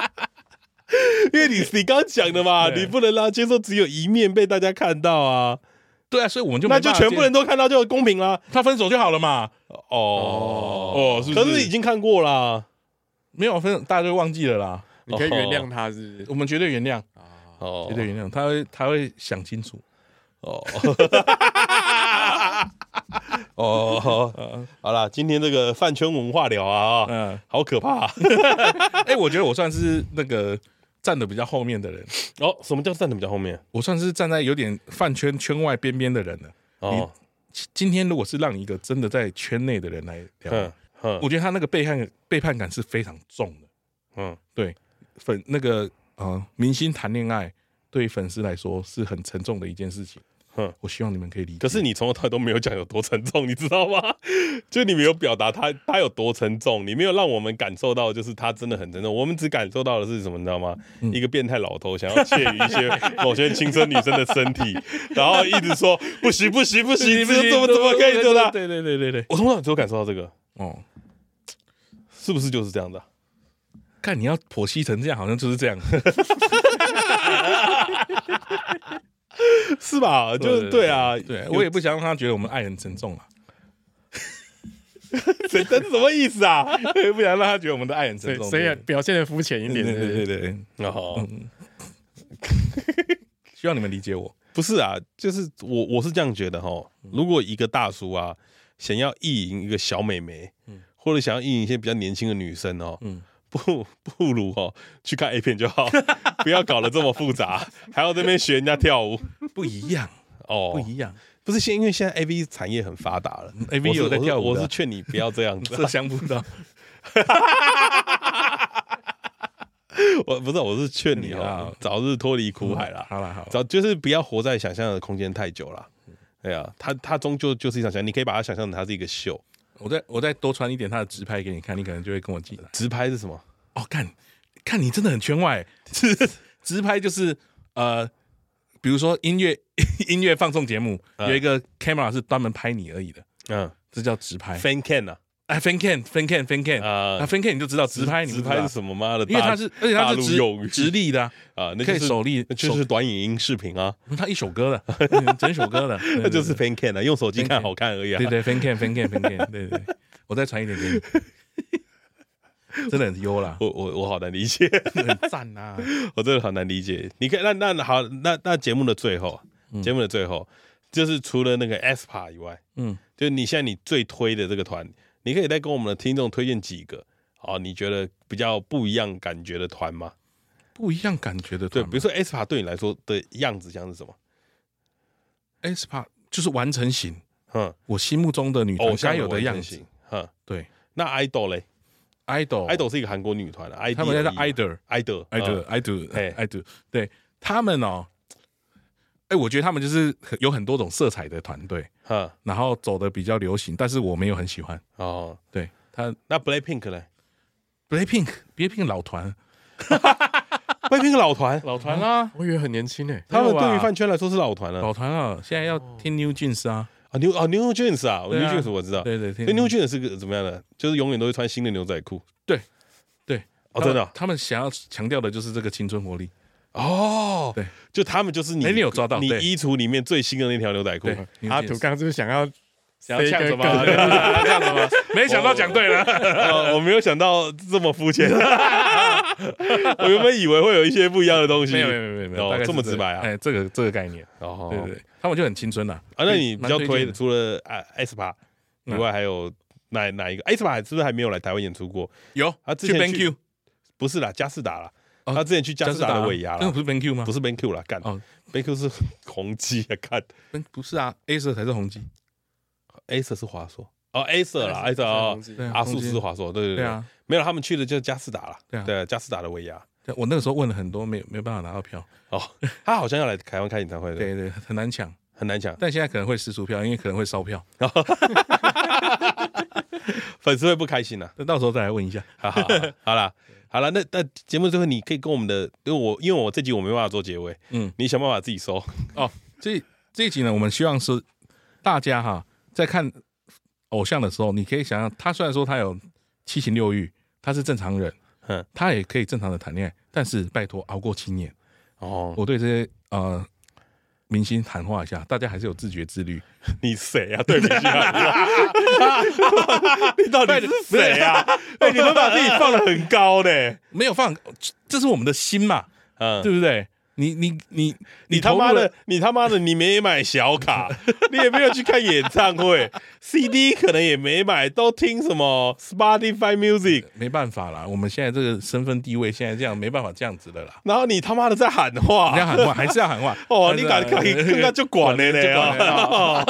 S2: 因为你你刚讲的嘛，
S3: 对
S2: 你不能让他接受只有一面被大家看到啊，
S3: 对啊，所以我们就没
S2: 那就
S3: 办法
S2: 全部
S3: 接
S2: 人都看到就公平啦。
S3: 他分手就好了嘛。
S2: 哦
S3: 哦是不
S2: 可
S3: 是
S2: 是已经看过啦。
S3: 没有分手，大家就忘记了啦。
S4: 你可以原谅他，是不
S3: 我们绝对原谅，
S2: 哦
S3: 绝对原谅，他会他会想清楚。
S2: 哦，哦， 好啦，今天这个饭圈文化聊啊，啊
S3: 嗯，
S2: 好可怕啊！
S3: 哎，我觉得我算是那个站的比较后面的人，
S2: 哦，什么叫站的比较后面？
S3: 我算是站在有点饭圈圈外边边的人了。
S2: 哦，
S3: 今今天如果是让一个真的在圈内的人来
S2: 嗯
S3: 聊，
S2: 嗯
S3: 我觉得他那个背叛背叛感是非常重的。
S2: 嗯，
S3: 粉那个呃，明星谈恋爱对粉丝来说是很沉重的一件事情。
S2: 嗯
S3: 我希望你们可以理解。
S2: 可是你从头到尾都没有讲有多沉重，你知道吗？ 就你没有表达他他有多沉重，你没有让我们感受到，就是他真的很沉重。我们只感受到的是什么，你知道吗？一个变态老头想要窃于一些 某些青春女生的身 体，然后一直说不行不行不行，这怎么怎么可以做到？
S3: 对对对对对，
S2: 我从头到尾只有感受到这个，
S3: 哦，
S2: 是不是就是这样的啊、
S3: 看你要剖析成这样，好像就是这样。
S2: 是吧？就是对啊，
S3: 对
S2: 有
S3: 我也不想让他觉得我们爱很沉重啊，
S2: 这这是什么意思 啊？
S3: 我也不想让他觉得我们的爱很沉
S4: 是？
S3: 重。
S4: 所以所以表现的肤浅一
S3: 对
S4: 点，
S3: 对对
S4: 对
S3: 对对对，
S2: 哦，
S3: 希望你们理解我。
S2: 不是啊，就是我我是这样觉得哈。如果一个大叔啊，想要意淫一个小美眉，或者想要意淫一些比较年轻的女生哦，
S3: 嗯
S2: 不不如哦去看 A 片就好， 不要搞得这么复 杂，还要这边学人家跳舞
S3: 不一样，
S2: 哦。
S3: 不一样，
S2: 不嗯是现因为现在 A V 产业很发达了
S3: AV
S2: 我是
S3: 有在跳舞的
S2: 我是我是劝你不要这样子啊、
S3: 这想不 到。
S2: 我 不是我是劝你
S3: 你啊
S2: 哦，早日脱离苦海啦。
S3: 好了好了，
S2: 早就是不要活在想象的空间太久了。对啊，它它终究就是一场想，你可以把它想象成它是一个秀。
S3: 我再我再多传一点他的直拍给你看，你可能就会跟我进来。
S2: 直拍是什么？
S3: 哦，看，看你真的很圈外，直直拍就是呃，比如说音乐 音乐放送节目
S2: 嗯
S3: 有一个 camera 是专门拍你而已的，
S2: 嗯
S3: 这叫直拍。
S2: ，fan can 啊，
S3: 哎，fan can fan can fan can
S2: 啊
S3: 啊，fan can 你就知道直拍，你
S2: 直
S3: 不知
S2: 拍
S3: 道
S2: 是什么？妈的大，
S3: 因为它是，而且它是
S2: 大陆用
S3: 直
S2: 语
S3: 直立的啊，
S2: 啊，那
S3: 可以
S2: 就是
S3: 手立
S2: 那就是短影音视频啊，
S3: 它一首歌的，嗯整首歌的，
S2: 那
S3: 那
S2: 就是 fan can 啊，用手机
S3: fan
S2: 看
S3: cam
S2: 好看而已啊
S3: 对。对 fan can fan can fan can，对对，对我再传一点给你，真的很优啦，
S2: 我我 我好啊难理解，
S3: 很赞呐，
S2: 我真的好难理解。你看，那那好，那那节目的最后，节目的最后就是除了那个 aespa 以外，
S3: 嗯，
S2: 就你现在你最推的这个团，你可以再跟我们的听众推荐几个哦，你觉得比较不一样感觉的团吗？
S3: 不一样感觉的
S2: 对，
S3: 团嘛，
S2: 比如说 S 帕对你来说的样子像是什么？
S3: s p a 哎就是完成型，
S2: 嗯，
S3: 我心目中的女
S2: 偶
S3: 团
S2: 像
S3: 该有的样子
S2: 型。。嗯，
S3: 对
S2: 那 idol 嘞
S3: ，idol
S2: ，idol 是一个韩国女团啊，
S3: 他们叫做
S2: 呃 idol，idol，idol，
S3: idol，idol，idol，
S2: 哎
S3: idol，对他们哦，哎、我觉得他们就是很有很多种色彩的团队，
S2: 哈
S3: 然后走的比较流行，但是我没有很喜欢。
S2: 哦，
S3: 对他
S2: 那 Blackpink 呢
S3: Blackpink，Blackpink 老团，
S2: ？Blackpink 老团，
S3: 老团啊，
S4: 我以为很年轻诶，
S2: 他们
S3: 没有吧
S2: 对于饭圈来说是老团了
S3: 老团啊，现在要听 New Jeans 啊，
S2: 啊。New 啊 New Jeans 啊，New
S3: 对啊
S2: Jeans 我知道。
S3: 对对，
S2: 所
S3: 听
S2: 以 New Jeans 是个怎么样的？就是永远都会穿新的牛仔裤。
S3: 对对，
S2: 哦，真的
S3: 他们他们想要强调的就是这个青春活力。
S2: 哦。
S3: 对，
S2: 就他们就是你，
S3: 哎你有抓到
S2: 你
S3: 对
S2: 衣橱里面最新的那条牛仔裤
S3: 对。，New
S4: 阿
S3: Jeans
S4: 土刚刚是不是想要
S3: 想要
S4: 塞一
S3: 呛
S4: 个
S3: 什么？
S4: 梗
S3: 对啊呛什么？没想到讲对了。
S2: 呃，我没有想到这么肤浅， 我原本以为会有一些不一样的东西。
S3: 没有没有没有没有，
S2: 哦
S3: 大概是
S2: 这么直白啊
S3: 哎，这个这个概念，
S2: 哦，
S3: 对对对，他们就很青春啦。
S2: 啊，那你比较
S3: 蛮推
S2: 推
S3: 荐的
S2: 的
S3: 嗯
S2: 除了啊 S 八以外，还有哪哪一个？S 八是不是还没有来台湾演出过？
S3: 有
S2: 啊之
S3: 去
S2: 前
S3: BenQ
S2: 不是啦，佳士达啦，
S3: 哦
S2: 他之前去佳士达的尾牙
S3: 那个
S2: 啦
S3: 不，是 BenQ 吗？
S2: 不
S3: 是
S2: 是 BenQ 啦，干
S3: 嗯哦
S2: BenQ 是 宏基啊，干
S3: ，Ben 不是啊，Acer 才是宏基。
S2: Acer 是华硕哦，Acer 啦，Acer 哦，
S4: 对
S3: 对啊
S2: 阿素
S3: 宏基
S2: 是华硕，对对
S3: 对啊，
S2: 没有，他们去的就是佳士达啦，
S3: 对啊
S2: 对，佳士达的尾牙。
S3: 对我那个时候问了很多，没没办法拿到票，
S2: 哦，他好像要来台湾开演唱会的，
S3: 对对，很难抢。
S2: 很难讲，
S3: 但现在可能会失出票，因为可能会烧票。
S2: 粉丝会不开心呐。
S3: 那到时候再来问一下。
S2: 好 好好好啦，好啦，那那节目最后你可以跟我们的，因为我因为我这集我没办法做结尾，
S3: 嗯，
S2: 你想办法自己收。
S3: 哦，这这一集呢，我们希望是大家哈，在看偶像的时候，你可以想想，他虽然说他有七情六欲，他是正常人，
S2: 嗯
S3: 嗯，他也可以正常的谈恋爱，但是拜托熬过七年，
S2: 哦，
S3: 我对这些呃明星喊话一下，大家还是有自觉自律，
S2: 你谁啊？对不起 啊，你到底是谁 啊？哎，你们把自己放得很高呢。
S3: 没有放，这是我们的心嘛，
S2: 嗯，
S3: 对不对？你你你
S2: 你他妈
S3: 投入了
S2: 的，你他妈的，你没买小卡，你也没有去看演唱会，CD 可能也没买，都听什么 Spotify Music，
S3: 没办法啦，我们现在这个身份地位，现在这样没办法这样子的啦。
S2: 然后你他妈的在喊话，
S3: 你要喊话，还是要喊话
S2: 啊 哦，
S3: 还
S2: 你
S3: 是呃要
S2: 敢看更加就 管了嘞哦！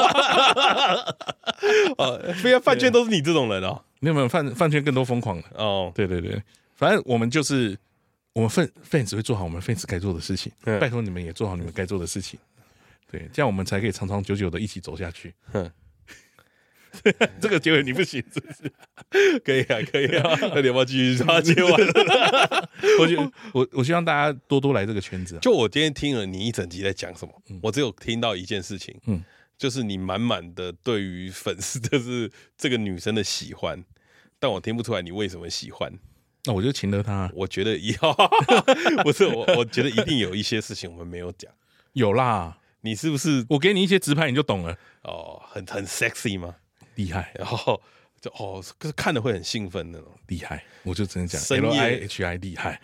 S2: 哦，非要饭圈都是你这种人哦。
S3: 没有没有饭饭圈更多疯狂了。
S2: 哦，
S3: 对对对，反正我们就是我们 fan fans 会做好我们 fans 该做的事情，
S2: 嗯
S3: 拜托你们也做好你们该做的事情。对，这样我们才可以长长久久的一起走下去。
S2: 嗯
S3: 这个结尾你不行，是不是
S2: 可以啊，可以啊。那你要不要继续 让他接完？
S3: 我就我我希望大家多多来这个圈子啊、
S2: 就我今天听了你一整集在讲什么，我只有听到一件事情，嗯
S3: 嗯，
S2: 就是你满满的对于粉丝，就是这个女生的喜欢，但我听不出来你为什么喜欢。
S3: 那我就请了他啊、
S2: 我觉得要 不是我，我觉得一定有一些事情我们没有讲。
S3: 有啦，
S2: 你是不是
S3: 我给你一些直拍你就懂了，
S2: 哦很很 sexy 吗？
S3: 厉害
S2: 然后就哦，就是看了会很兴奋那种。
S3: 厉害，我就只能讲
S2: 深
S3: L
S2: 夜
S3: I H I 厉害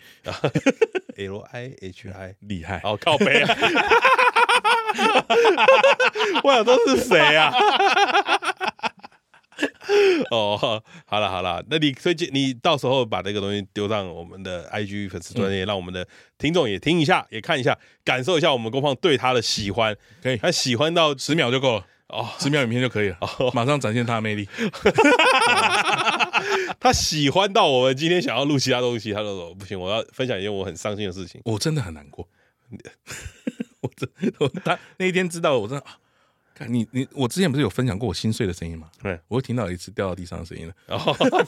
S2: L I H I，
S3: 厉害，
S2: 哦，靠背啊！我想都是谁啊？ 哦，好了好了，那你推荐你到时候把这个东西丢上我们的 IG 粉丝专业，让我们的听众也听一下，也看一下，感受一下我们公放对他的喜欢，
S3: 可以
S2: 他喜欢到
S3: 十秒就够了，
S2: 哦，
S3: 哎十秒影片就可以了，马上展现他的魅力。
S2: 他喜欢到我们今天想要录其他东西，他就说不行，我要分享一件我很伤心的事情。
S3: 我真的很难过。 我真 我他那一天知道我真的，啊看你你我之前不是有分享过我心碎的声音吗？
S2: 对，
S3: 我又听到一次掉到地上的声音了。
S2: 然后，哦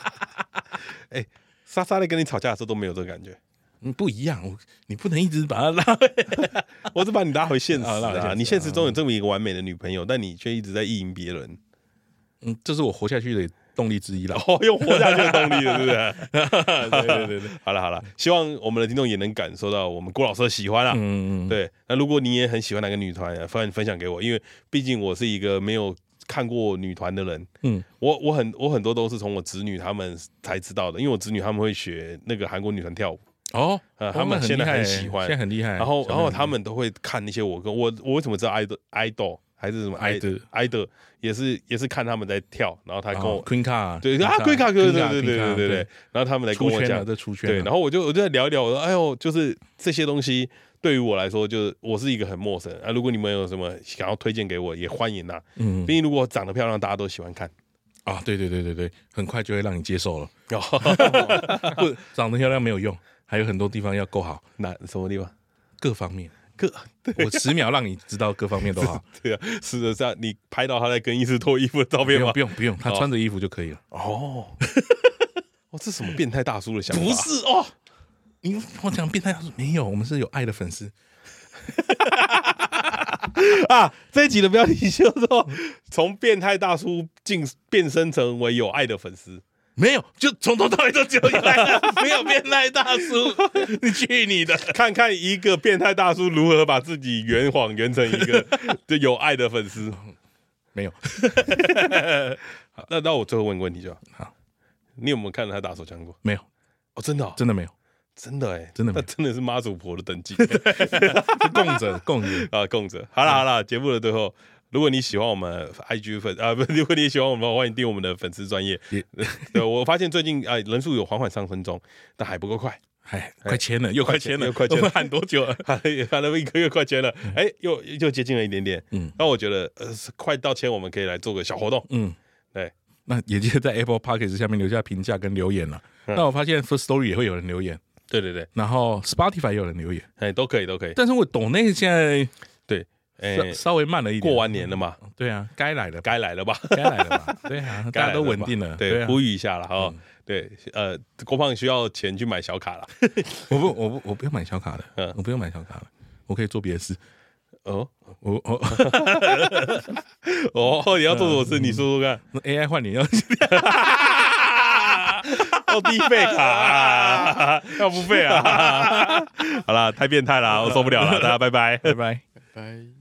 S2: 哎，莎莎在跟你吵架的时候都没有这个感觉。
S3: 嗯，不一样，我你不能一直把它拉 回来。
S2: 我是把你拉回现实
S3: 啊拉回现
S2: 啊！
S3: 实
S2: 你现实中有这么一个完美的女朋友，但你却一直在意淫别人，
S3: 嗯，这是我活下去的动力之一啦。
S2: 哦，又活下去的动力了，是不是？
S3: 对对对对，
S2: 好了好了，希望我们的听众也能感受到我们郭老师的喜欢啦。啊
S3: 嗯嗯，
S2: 对，那如果你也很喜欢哪个女团，啊分分享给我，因为毕竟我是一个没有看过女团的人。
S3: 嗯，
S2: 我我很我很多都是从我侄女她们才知道的，因为我侄女她们会学那个韩国女团跳舞，
S3: 哦，
S2: 呃
S3: 哦
S2: 他们
S3: 那很
S2: 现在
S3: 厉害
S2: 很
S3: 欸
S2: 喜欢
S3: 现在很厉害。
S2: 然后
S3: 小朋
S2: 然后
S3: 友
S2: 他们都会看那些我跟我我为什么知道 idol idol 还是什么
S3: idol
S2: 爱的也是也是看他们在跳，然后他跟
S3: 然
S2: 我
S3: 后啊 Queen 卡，
S2: 对啊，龟卡哥，对对对对对对，，然后他们来跟
S3: 出
S2: 我
S3: 圈
S2: 讲
S3: 了，，这出圈了。
S2: 对，然后我就我就在聊一聊，我说哎呦，就是这些东西对于我来说，就是我是一个很陌生人啊。如果你们有什么想要推荐给我，也欢迎啊。
S3: 嗯
S2: 毕竟如果长得漂亮，大家都喜欢看。
S3: 啊，对对对对对，很快就会让你接受了。
S2: 哦，
S3: 不，长得漂亮没有用，还有很多地方要够好，
S2: 哪什么地方？
S3: 各方面。各我十秒让你知道各方面都 好，
S2: 对啊，事实上你拍到他在更衣室脱衣服的照
S3: 不
S2: 片吗
S3: 用不？用不用，他穿着衣服就可以了。
S2: 哦， 哦，这什么变态大叔的想法？
S3: 不是哦，你我讲变态他说没有，我们是有爱的粉丝，
S2: 啊，这一集的标题叫做“ 从变态大叔进变身成为有爱的粉丝
S3: 没有就从头到尾都只有有爱，没有变态大 叔，你去你的！”，
S2: 看看一个变态大叔如何把自己圆谎圆成一个 就有爱的粉丝。
S3: 没有，
S2: 好那那我最后问一个问题就好，
S3: 好
S2: 你有没有看到他打手枪过？
S3: 没有，
S2: 哦，真的、哦，
S3: 真的没有，
S2: 真的哎、
S3: 真的没
S2: 那
S3: 有
S2: 真的是妈祖婆的等 级
S3: 是供着供着，
S2: 啊，供着。好了
S3: 嗯
S2: 好了，节目的最后。如果你喜欢我们 IG 粉啊，不， 如果你喜欢我们，欢迎订我们的粉丝专业
S3: 也。
S2: 对，我发现最近啊、人数有缓缓上升中，但还不够快。
S3: 哎，快签了，又快签了，
S2: 又快签了
S3: 我们喊多久了？
S2: 喊了喊了一个月快签了，哎、又又接近了一点点。
S3: 嗯
S2: 那我觉得呃，是快到签，我们可以来做个小 活动。
S3: 嗯，
S2: 对。
S3: 那也记得在 Apple Podcast 下面留下评价跟留言了。
S2: 嗯
S3: 那我发现 First Story 也会有人留言，
S2: 对对对，
S3: 然后 Spotify 也有人留言，
S2: 哎、都可以，都可以。
S3: 但是我懂那现在
S2: 对，哎、
S3: 稍稍微慢了一点，
S2: 过完年了嘛，
S3: 对啊，该来的吧，
S2: 该来了吧？
S3: 该来的吧，对 啊，
S2: 该
S3: 大家
S2: 来了
S3: 都
S2: 吧
S3: 稳定了，
S2: 对，
S3: 啊
S2: 呼吁一下了哈。对，呃，郭胖需要钱去买小卡了。
S3: 我不，我不，我不用买小卡
S2: 嗯
S3: 的，我不用买小卡的，我可以做别的事。
S2: 哦
S3: 我 我
S2: 哦，你要做什么
S3: 嗯
S2: 事？你说说看。
S3: 那 AI 换你要，
S2: 哦，低费卡、啊，要付费啊！好啦，太变态啦，我受不了了，大家拜拜。
S3: 拜拜。
S4: 拜。